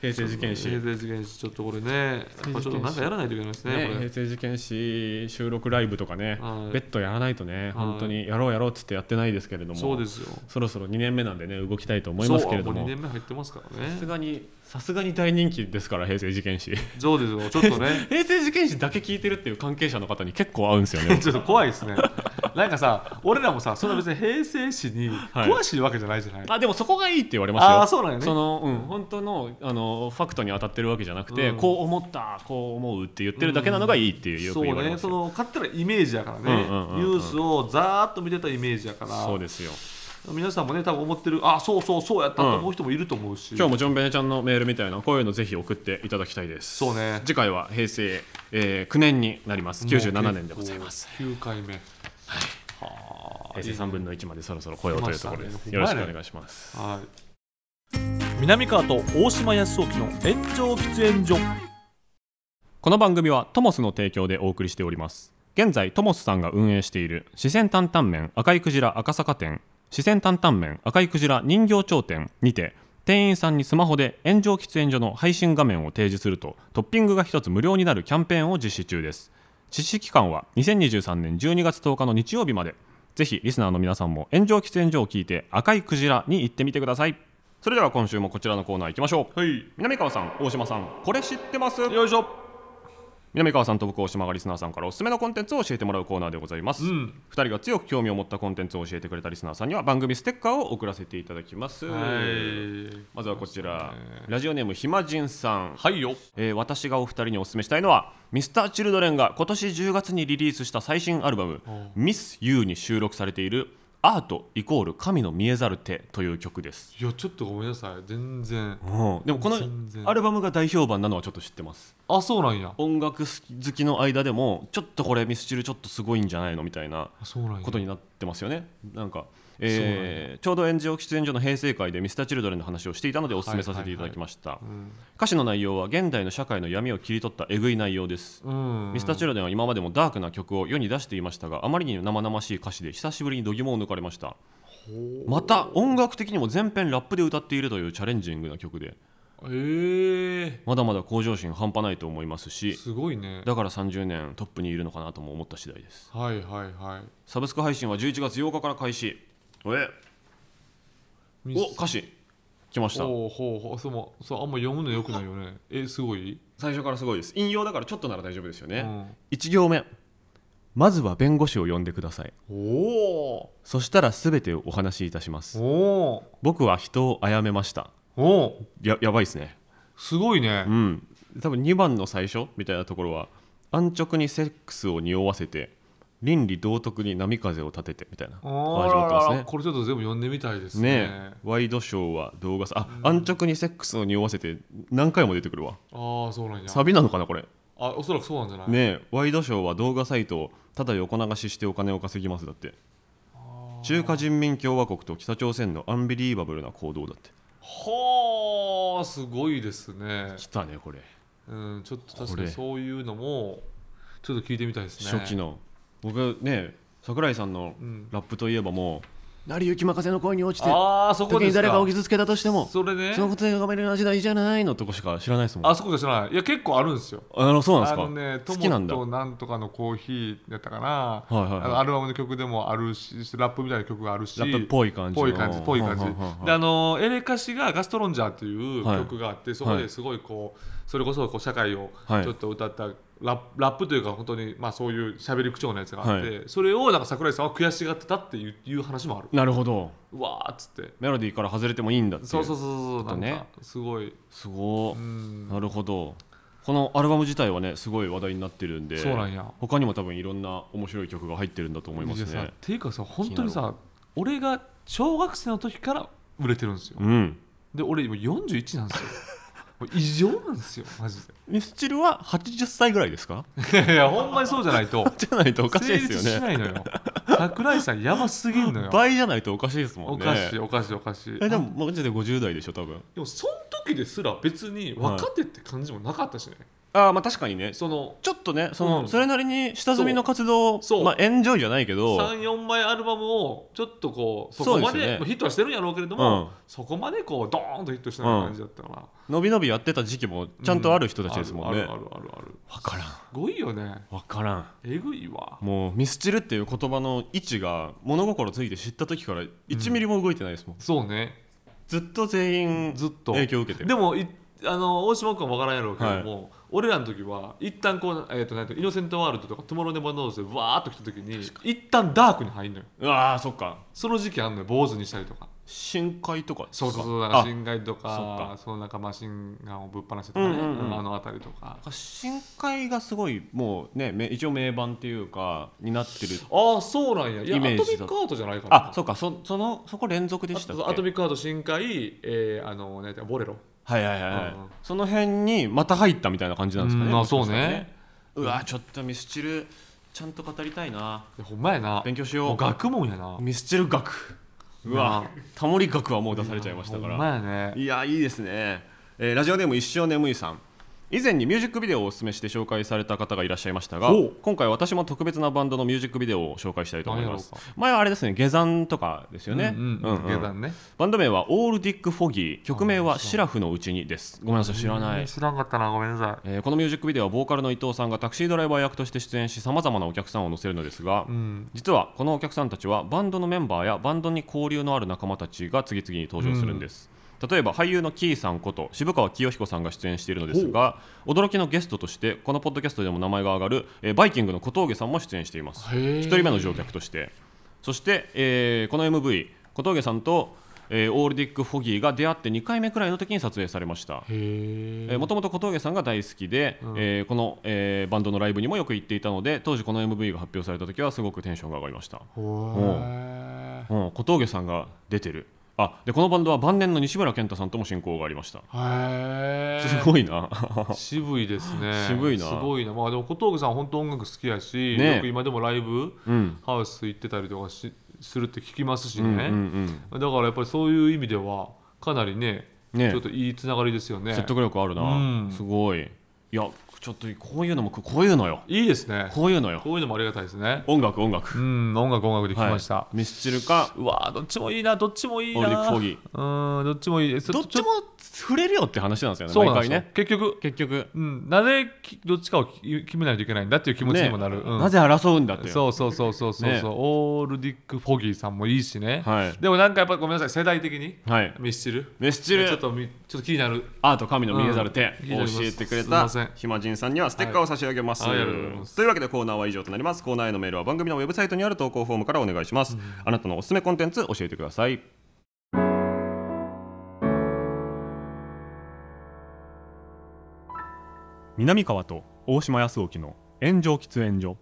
Speaker 1: 平成事件史
Speaker 2: 平成事件史ちょっとこれねやっぱちょっとなんかやらないといけないですね
Speaker 1: ね、
Speaker 2: こ
Speaker 1: 平
Speaker 2: れ
Speaker 1: 成事件史収録ライブとかね、
Speaker 2: はい
Speaker 1: 別途やらないとね、本当にやろうやろうっつってやってないですけれども、
Speaker 2: そうですよ
Speaker 1: そろそろ2年目なんでね、動きたいと思いますけれど
Speaker 2: そうもう
Speaker 1: も
Speaker 2: 2、年目入ってますから
Speaker 1: さす
Speaker 2: ね
Speaker 1: がに、さすがに大人気ですから、平成事件史。
Speaker 2: そうですよちょっと ね
Speaker 1: 平成事件史だけ聞いてるっていう関係者の方に結構合うんですよ ね。
Speaker 2: ちょっと怖いですねなんかさ俺らもさそんな別に平成史に
Speaker 1: い
Speaker 2: 詳しいわけじゃないじゃない、
Speaker 1: あでもそこがいいって言われますよ。
Speaker 2: ああそうなんよね
Speaker 1: そのうん、本当のあのファクトに当たってるわけじゃなくて、
Speaker 2: うん
Speaker 1: こう思ったこう思うって言ってるだけなのがいいっていう、よく
Speaker 2: そう
Speaker 1: 言われま
Speaker 2: ね
Speaker 1: す
Speaker 2: そ
Speaker 1: よ
Speaker 2: の勝手なイメージやからね、
Speaker 1: うんうんうんうん
Speaker 2: ニュースをざーっと見てたイメージやから
Speaker 1: そうですよ
Speaker 2: 皆さんもね多分思ってるあそうそうそうやったと思う人もいると思うし、
Speaker 1: 今日もジョンベネちゃんのメールみたいなこういうのぜひ送っていただきたいです
Speaker 2: そうね
Speaker 1: 次回は平成、えー9年になります97年でございます
Speaker 2: もう結構9回目はい
Speaker 1: 平成3分の1までそろそろ超えようというところです、
Speaker 2: 来
Speaker 1: よろ
Speaker 2: まし
Speaker 1: した
Speaker 2: ね
Speaker 1: くお願いします
Speaker 2: はい南川と大島康雄の炎上喫煙所
Speaker 1: この番組はトモスの提供でお送りしております現在トモスさんが運営している四川担々麺赤いクジラ赤坂店四川担々麺赤いクジラ人形町店にて店員さんにスマホで炎上喫煙所の配信画面を提示するとトッピングが1つ無料になるキャンペーンを実施中です実施期間は2023年12月10日の日曜日までぜひリスナーの皆さんも炎上喫煙所を聞いて赤いクジラに行ってみてくださいそれでは今週もこちらのコーナー行きましょう
Speaker 2: はい
Speaker 1: 南川さん大島さんこれ知ってます
Speaker 2: よいしょ
Speaker 1: 南川さんと僕大島がリスナーさんからおすすめのコンテンツを教えてもらうコーナーでございます、
Speaker 2: う
Speaker 1: 二
Speaker 2: ん
Speaker 1: 2人が強く興味を持ったコンテンツを教えてくれたリスナーさんには番組ステッカーを送らせていただきます、
Speaker 2: はい
Speaker 1: まずはこちらラジオネームひまじんさん、
Speaker 2: はいよ
Speaker 1: えー私がお二人におすすめしたいのは Mr.Children が今年10月にリリースした最新アルバム「MissYou」に収録されている「アートイコール神の見えざる手」という曲です、
Speaker 2: いやちょっとごめんなさい全然
Speaker 1: でもこの
Speaker 2: 全然
Speaker 1: アルバムが大評判なのはちょっと知ってます
Speaker 2: あそうなんや
Speaker 1: 音楽好きの間でもちょっとこれミスチルちょっとすごいんじゃないのみたいな
Speaker 2: あそうなんや
Speaker 1: ことになってますよねなんか、えーちょうど演じ喫煙所の平成会でミスターチルドレンの話をしていたのでお勧めさせていただきました、
Speaker 2: うん
Speaker 1: 歌詞の内容は現代の社会の闇を切り取ったえぐい内容です、
Speaker 2: うん
Speaker 1: ミスターチルドレンは今までもダークな曲を世に出していましたがあまりに生々しい歌詞で久しぶりに度肝を抜かれました
Speaker 2: ほう
Speaker 1: また音楽的にも全編ラップで歌っているというチャレンジングな曲で
Speaker 2: ええ
Speaker 1: まだまだ向上心半端ないと思いますし
Speaker 2: すごいね
Speaker 1: だから30年トップにいるのかなとも思った次第です
Speaker 2: はいはいはい
Speaker 1: サブスク配信は11月8日から開始え
Speaker 2: ミ
Speaker 1: お
Speaker 2: ス
Speaker 1: 歌詞来ました
Speaker 2: おうほうほうそうもそうあんま読むのよくないよねえすごい、
Speaker 1: 最初からすごいです引用だからちょっとなら大丈夫ですよ
Speaker 2: う
Speaker 1: ね、
Speaker 2: ん、
Speaker 1: 1行目まずは弁護士を呼んでください
Speaker 2: おー
Speaker 1: そしたら全てをお話しいたします
Speaker 2: おー
Speaker 1: 僕は人を殺めました
Speaker 2: おー
Speaker 1: ややばいですね
Speaker 2: すごいね
Speaker 1: うん多分2番の最初みたいなところは安直にセックスを匂わせて倫理道徳に波風を立ててみたいな
Speaker 2: あ
Speaker 1: 感じになっ
Speaker 2: ーら
Speaker 1: てます
Speaker 2: ら
Speaker 1: ね
Speaker 2: らこれちょっと全部読んでみたいですね
Speaker 1: ねえワイドショーは動画さあ、安直にセックスを匂わせて何回も出てくるわ
Speaker 2: ああそうなんや
Speaker 1: サビなのかなこれ
Speaker 2: あおそらくそうなんじゃない、
Speaker 1: ねえワイドショーは動画サイトをただ横流ししてお金を稼ぎますだって中華人民共和国と北朝鮮のアンビリーバブルな行動だって
Speaker 2: はあすごいですね
Speaker 1: 来たねこれ
Speaker 2: うんちょっと確
Speaker 1: こ
Speaker 2: か
Speaker 1: れ
Speaker 2: にそういうのもちょっと聞いてみたいですね
Speaker 1: 初期の僕ね桜井さんの
Speaker 2: うん
Speaker 1: ラップといえばもう「成り行き任せの恋に落ちて
Speaker 2: ああそこ
Speaker 1: 時
Speaker 2: で
Speaker 1: に
Speaker 2: すか
Speaker 1: 誰かを傷つけたとしても
Speaker 2: それね
Speaker 1: そのことでがめる味ないじゃない」のとこしか知らないですもん
Speaker 2: あそこじゃないいや結構あるんですよ
Speaker 1: あのそうな
Speaker 2: あの
Speaker 1: んで
Speaker 2: ね
Speaker 1: す、か
Speaker 2: ト
Speaker 1: 好きなん
Speaker 2: モ
Speaker 1: だ
Speaker 2: となんとかのコーヒーやったかな、
Speaker 1: いはいはい
Speaker 2: あのアルバムの曲でもあるし、ラップみたいな曲があるし、
Speaker 1: ラップっぽい感じの
Speaker 2: ぽい感じ、ぽい感じ
Speaker 1: はいはいはいはい
Speaker 2: であのエレカシがガストロンジャーっていう
Speaker 1: はい
Speaker 2: 曲があって、そこですごいこう、それこそこう社会を
Speaker 1: はい
Speaker 2: ちょっと歌ったラップ、ラップというか本当にまあそういう喋り口調のやつがあって、
Speaker 1: は
Speaker 2: それをなんか桜井さんは悔しがってたっていういう話もある。
Speaker 1: なるほど
Speaker 2: うわーっつって。
Speaker 1: メロディーから外れてもいいんだっていう
Speaker 2: そうそうそうそ
Speaker 1: ちょ
Speaker 2: うな
Speaker 1: っと
Speaker 2: ん
Speaker 1: ね
Speaker 2: かすごい、
Speaker 1: すご
Speaker 2: う
Speaker 1: ー
Speaker 2: ん、
Speaker 1: なるほどこのアルバム自体はねすごい話題になってるんで
Speaker 2: そうなんや
Speaker 1: 他にも多分いろんな面白い曲が入ってるんだと思います
Speaker 2: でさっ
Speaker 1: ね
Speaker 2: ていうかさ本当にさ俺が小学生の時から売れてるんですよ、
Speaker 1: うん
Speaker 2: で俺今41な んですよもう異常なんですよマジ
Speaker 1: ミスチルは80歳ぐらいです か
Speaker 2: でいやほんまにそうじゃない と
Speaker 1: じゃないとおかしい
Speaker 2: 成
Speaker 1: で
Speaker 2: 立
Speaker 1: す
Speaker 2: し
Speaker 1: よね
Speaker 2: ないのよ桜井さんやばすぎんのよ
Speaker 1: 倍じゃないとおかしいですも
Speaker 2: お
Speaker 1: んね
Speaker 2: かしいおかしいおかしい
Speaker 1: え
Speaker 2: で
Speaker 1: で
Speaker 2: も
Speaker 1: もマジで50代でしょ多分
Speaker 2: その時ですら別に若手って感じもなかったしね、
Speaker 1: ああまあ確かにね
Speaker 2: その
Speaker 1: ちょっとねその、
Speaker 2: うん
Speaker 1: それなりに下積みの活動を
Speaker 2: そう
Speaker 1: まあ、エンジョイじゃないけど
Speaker 2: 34枚アルバムをちょっとこうそこ
Speaker 1: そ
Speaker 2: ま
Speaker 1: う
Speaker 2: で
Speaker 1: ですね
Speaker 2: まあヒットはしてるんやろうけれども、そこまでこうドーンとヒットしない感じだったから、
Speaker 1: 伸び伸びやってた時期もちゃんとある人たちですもんね、
Speaker 2: あるあるあるある
Speaker 1: 分からん
Speaker 2: すごいよね
Speaker 1: 分からん
Speaker 2: えぐいわ
Speaker 1: もうミスチルっていう言葉の位置が物心ついて知った時から1ミリも動いてないですもん、
Speaker 2: そうね
Speaker 1: ずっと全員
Speaker 2: ずっと
Speaker 1: 影響を受 けてる
Speaker 2: でもいあの大島君は分からんやろうけども、俺らの時は一旦こう、えー、となんてイノセントワールドとかトゥモローネバーノーズでわーっと来た時に一旦ダークに入んのよ
Speaker 1: うわあそっか
Speaker 2: その時期あんのよ坊主にしたりとか
Speaker 1: 深海とかです
Speaker 2: そう
Speaker 1: か
Speaker 2: そうそうなんか
Speaker 1: あ
Speaker 2: 侵害と
Speaker 1: そ
Speaker 2: か
Speaker 1: っ
Speaker 2: そのなんかマシンガンをぶっ放してとかね、
Speaker 1: うんうんうん
Speaker 2: あの辺りとか
Speaker 1: 深海がすごいもうねめ一応名盤っていうかになってる
Speaker 2: ああそうなんやいや
Speaker 1: イメージだ
Speaker 2: アトミックアートじゃないかな
Speaker 1: あそっかそそのそこ連続でしたっけ
Speaker 2: アトミックアート深海、えー、あのなんてボレロ
Speaker 1: はいはいはい、はい
Speaker 2: うんうん
Speaker 1: その辺にまた入ったみたいな感じなんですかね、
Speaker 2: うんあ
Speaker 1: もしかしたら
Speaker 2: そうね
Speaker 1: うわちょっとミスチルちゃんと語りたいない
Speaker 2: やほんまやな
Speaker 1: 勉強し
Speaker 2: もう
Speaker 1: よ
Speaker 2: 学問やな
Speaker 1: うミスチル学うわタモリ学はもう出されちゃいましたか
Speaker 2: ほ
Speaker 1: ら
Speaker 2: んまやね
Speaker 1: いやいいですね、えーラジオネーム一生眠いさん以前にミュージックビデオをお勧めして紹介された方がいらっしゃいましたが
Speaker 2: ほう
Speaker 1: 今回私も特別なバンドのミュージックビデオを紹介したいと思います
Speaker 2: 何や
Speaker 1: 前はあれですね下山とかですよね、
Speaker 2: うん
Speaker 1: うん
Speaker 2: うん、
Speaker 1: うん
Speaker 2: 下山ね。
Speaker 1: バンド名はオールディック・フォギー曲名はシラフのうちにですごめんなさい知らない
Speaker 2: 知らんかったな、ごめんなさ
Speaker 1: えーこのミュージックビデオはボーカルの伊藤さんがタクシードライバー役として出演しさまざまなお客さんを乗せるのですが、
Speaker 2: い。うん。
Speaker 1: 実はこのお客さんたちはバンドのメンバーやバンドに交流のある仲間たちが次々に登場するんです、例えば俳優のキーさんこと渋川清彦さんが出演しているのですが驚きのゲストとしてこのポッドキャストでも名前が挙がる、えーバイキングの小峠さんも出演しています
Speaker 2: へ
Speaker 1: 1人目の乗客としてそして、えーこの MV 小峠さんと、えーオールディック・フォギーが出会って2回目くらいの時に撮影されました
Speaker 2: へ
Speaker 1: えーもともと小峠さんが大好きで、えーこの、えーバンドのライブにもよく行っていたので当時この MV が発表された時はすごくテンションが上がりました、
Speaker 2: ほ
Speaker 1: うん、小峠さんが出てるあでこのバンドは晩年の西村健太さんとも親交がありました
Speaker 2: へ
Speaker 1: す
Speaker 2: い
Speaker 1: ごいな
Speaker 2: 渋いですね
Speaker 1: 渋いな
Speaker 2: すごいなまあでも小峠さん本当音楽好きやし、
Speaker 1: ね
Speaker 2: よく今でもライブ
Speaker 1: うん
Speaker 2: ハウス行ってたりとかしするって聞きますし
Speaker 1: うんうんう
Speaker 2: ね、
Speaker 1: ん
Speaker 2: だからやっぱりそういう意味ではかなりね
Speaker 1: ね
Speaker 2: ちょっといいつながりですよね
Speaker 1: 説得力あるな、
Speaker 2: うん
Speaker 1: すごいいやちょっとこういうのもこういうのよ
Speaker 2: いいですね
Speaker 1: こういうのよ
Speaker 2: こういうのもありがたいですね
Speaker 1: 音楽音楽
Speaker 2: うん音楽音楽で聞きました、
Speaker 1: はい、ミスチルか
Speaker 2: うわーどっちもいいなどっちもいい
Speaker 1: オールディック・
Speaker 2: な
Speaker 1: フォギー
Speaker 2: うんどっちもいい
Speaker 1: どっちも触れるよって話なんですよね
Speaker 2: そう
Speaker 1: 毎
Speaker 2: なんです
Speaker 1: 回
Speaker 2: ね
Speaker 1: ね
Speaker 2: 結局、
Speaker 1: 結局
Speaker 2: うん、なぜきどっちかをき決めないといけないんだっていう気持ちにもなる、
Speaker 1: ね
Speaker 2: うん
Speaker 1: なぜ争うんだって
Speaker 2: そうそうそうそうそうそう、
Speaker 1: ね
Speaker 2: オールディック・フォギーさんもいいしね、
Speaker 1: はい
Speaker 2: でもなんかやっぱりごめんなさい世代的に
Speaker 1: はい
Speaker 2: ミスチル
Speaker 1: ミスチル
Speaker 2: ちょっとみちょっと気になる
Speaker 1: アート神の見えざる手
Speaker 2: うん
Speaker 1: を教えてくれ
Speaker 2: すいま
Speaker 1: た
Speaker 2: せん
Speaker 1: ひまじんさんにはステッカーを差し上げます、
Speaker 2: はいはいありがとうございます
Speaker 1: というわけでコーナーは以上となりますコーナーへのメールは番組のウェブサイトにある投稿フォームからお願いします、あなたのおすすめコンテンツ教えてください南川と大島康沖の炎上喫煙所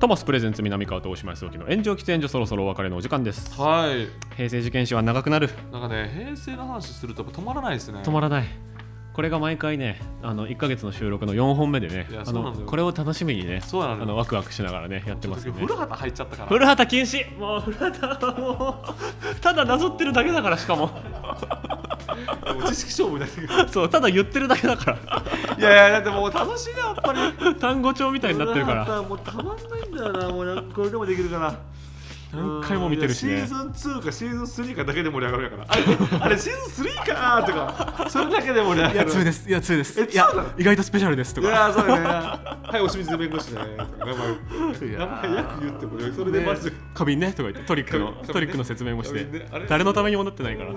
Speaker 1: トマスプレゼンツ南川と大島康沖の炎上喫煙所そろそろお別れのお時間です
Speaker 2: はい
Speaker 1: 平成受験史は長くなる
Speaker 2: なんかね平成の話するとやっぱ止まらないですね
Speaker 1: 止まらないこれが毎回ねあの1か月の収録の4本目でね
Speaker 2: いや
Speaker 1: あ
Speaker 2: そうな
Speaker 1: の
Speaker 2: んだよ
Speaker 1: これを楽しみにね
Speaker 2: そうな
Speaker 1: あ
Speaker 2: のよ
Speaker 1: のワクワクしながらねやってます
Speaker 2: ちょ
Speaker 1: よ
Speaker 2: っと
Speaker 1: ね
Speaker 2: 古畑入っちゃったから
Speaker 1: 古畑禁止もう古畑はもうただなぞってるだけだからしかも
Speaker 2: もう知識勝負になってくる
Speaker 1: そうただ言ってるだけだから
Speaker 2: いやいやだってもう楽しいなやっぱり
Speaker 1: 単語帳みたいになってるか
Speaker 2: 古
Speaker 1: ら
Speaker 2: 畑もうたまんないんだよなもうなんかこれでもできるから
Speaker 1: 何回も見てるしね
Speaker 2: うんいやシーズン2かシーズン3かだけで盛り上がるやからあれあれシーズン3かとかそれだけで盛り上がる
Speaker 3: いや2ですいや2です
Speaker 2: え
Speaker 3: いや
Speaker 2: そうなの
Speaker 3: 意外とスペシャルですと
Speaker 2: い
Speaker 3: か
Speaker 2: やーそうだねはいお清水弁護士ねとか名前言って
Speaker 3: いや
Speaker 2: 名前役言ってこれそれでまず
Speaker 1: 花瓶ねとか言ってトリックの
Speaker 2: 花瓶ね
Speaker 1: トリックの説明もし
Speaker 2: 花瓶
Speaker 1: て
Speaker 2: ねあれ
Speaker 1: 誰のためにもなってないから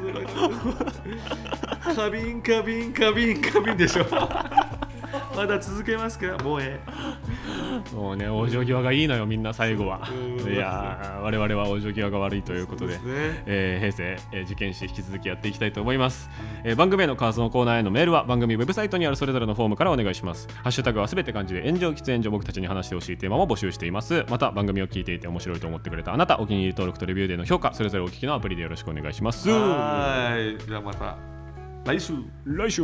Speaker 2: 花瓶花瓶花瓶花瓶でしょまだ続けますかもうえ
Speaker 1: もうね往生際がいいのよみんな最後は
Speaker 2: うん
Speaker 1: いやー我々は往生際が悪いということで
Speaker 2: そうですね
Speaker 1: えー平成、えー受験史引き続きやっていきたいと思います、えー番組への感想コーナーへのメールは番組ウェブサイトにあるそれぞれのフォームからお願いしますハッシュタグはすべて漢字で炎上喫煙所僕たちに話してほしいテーマも募集していますまた番組を聞いていて面白いと思ってくれたあなたお気に入り登録とレビューでの評価それぞれお聞きのアプリでよろしくお願いします
Speaker 2: えはーいじゃあまた来週
Speaker 1: 来週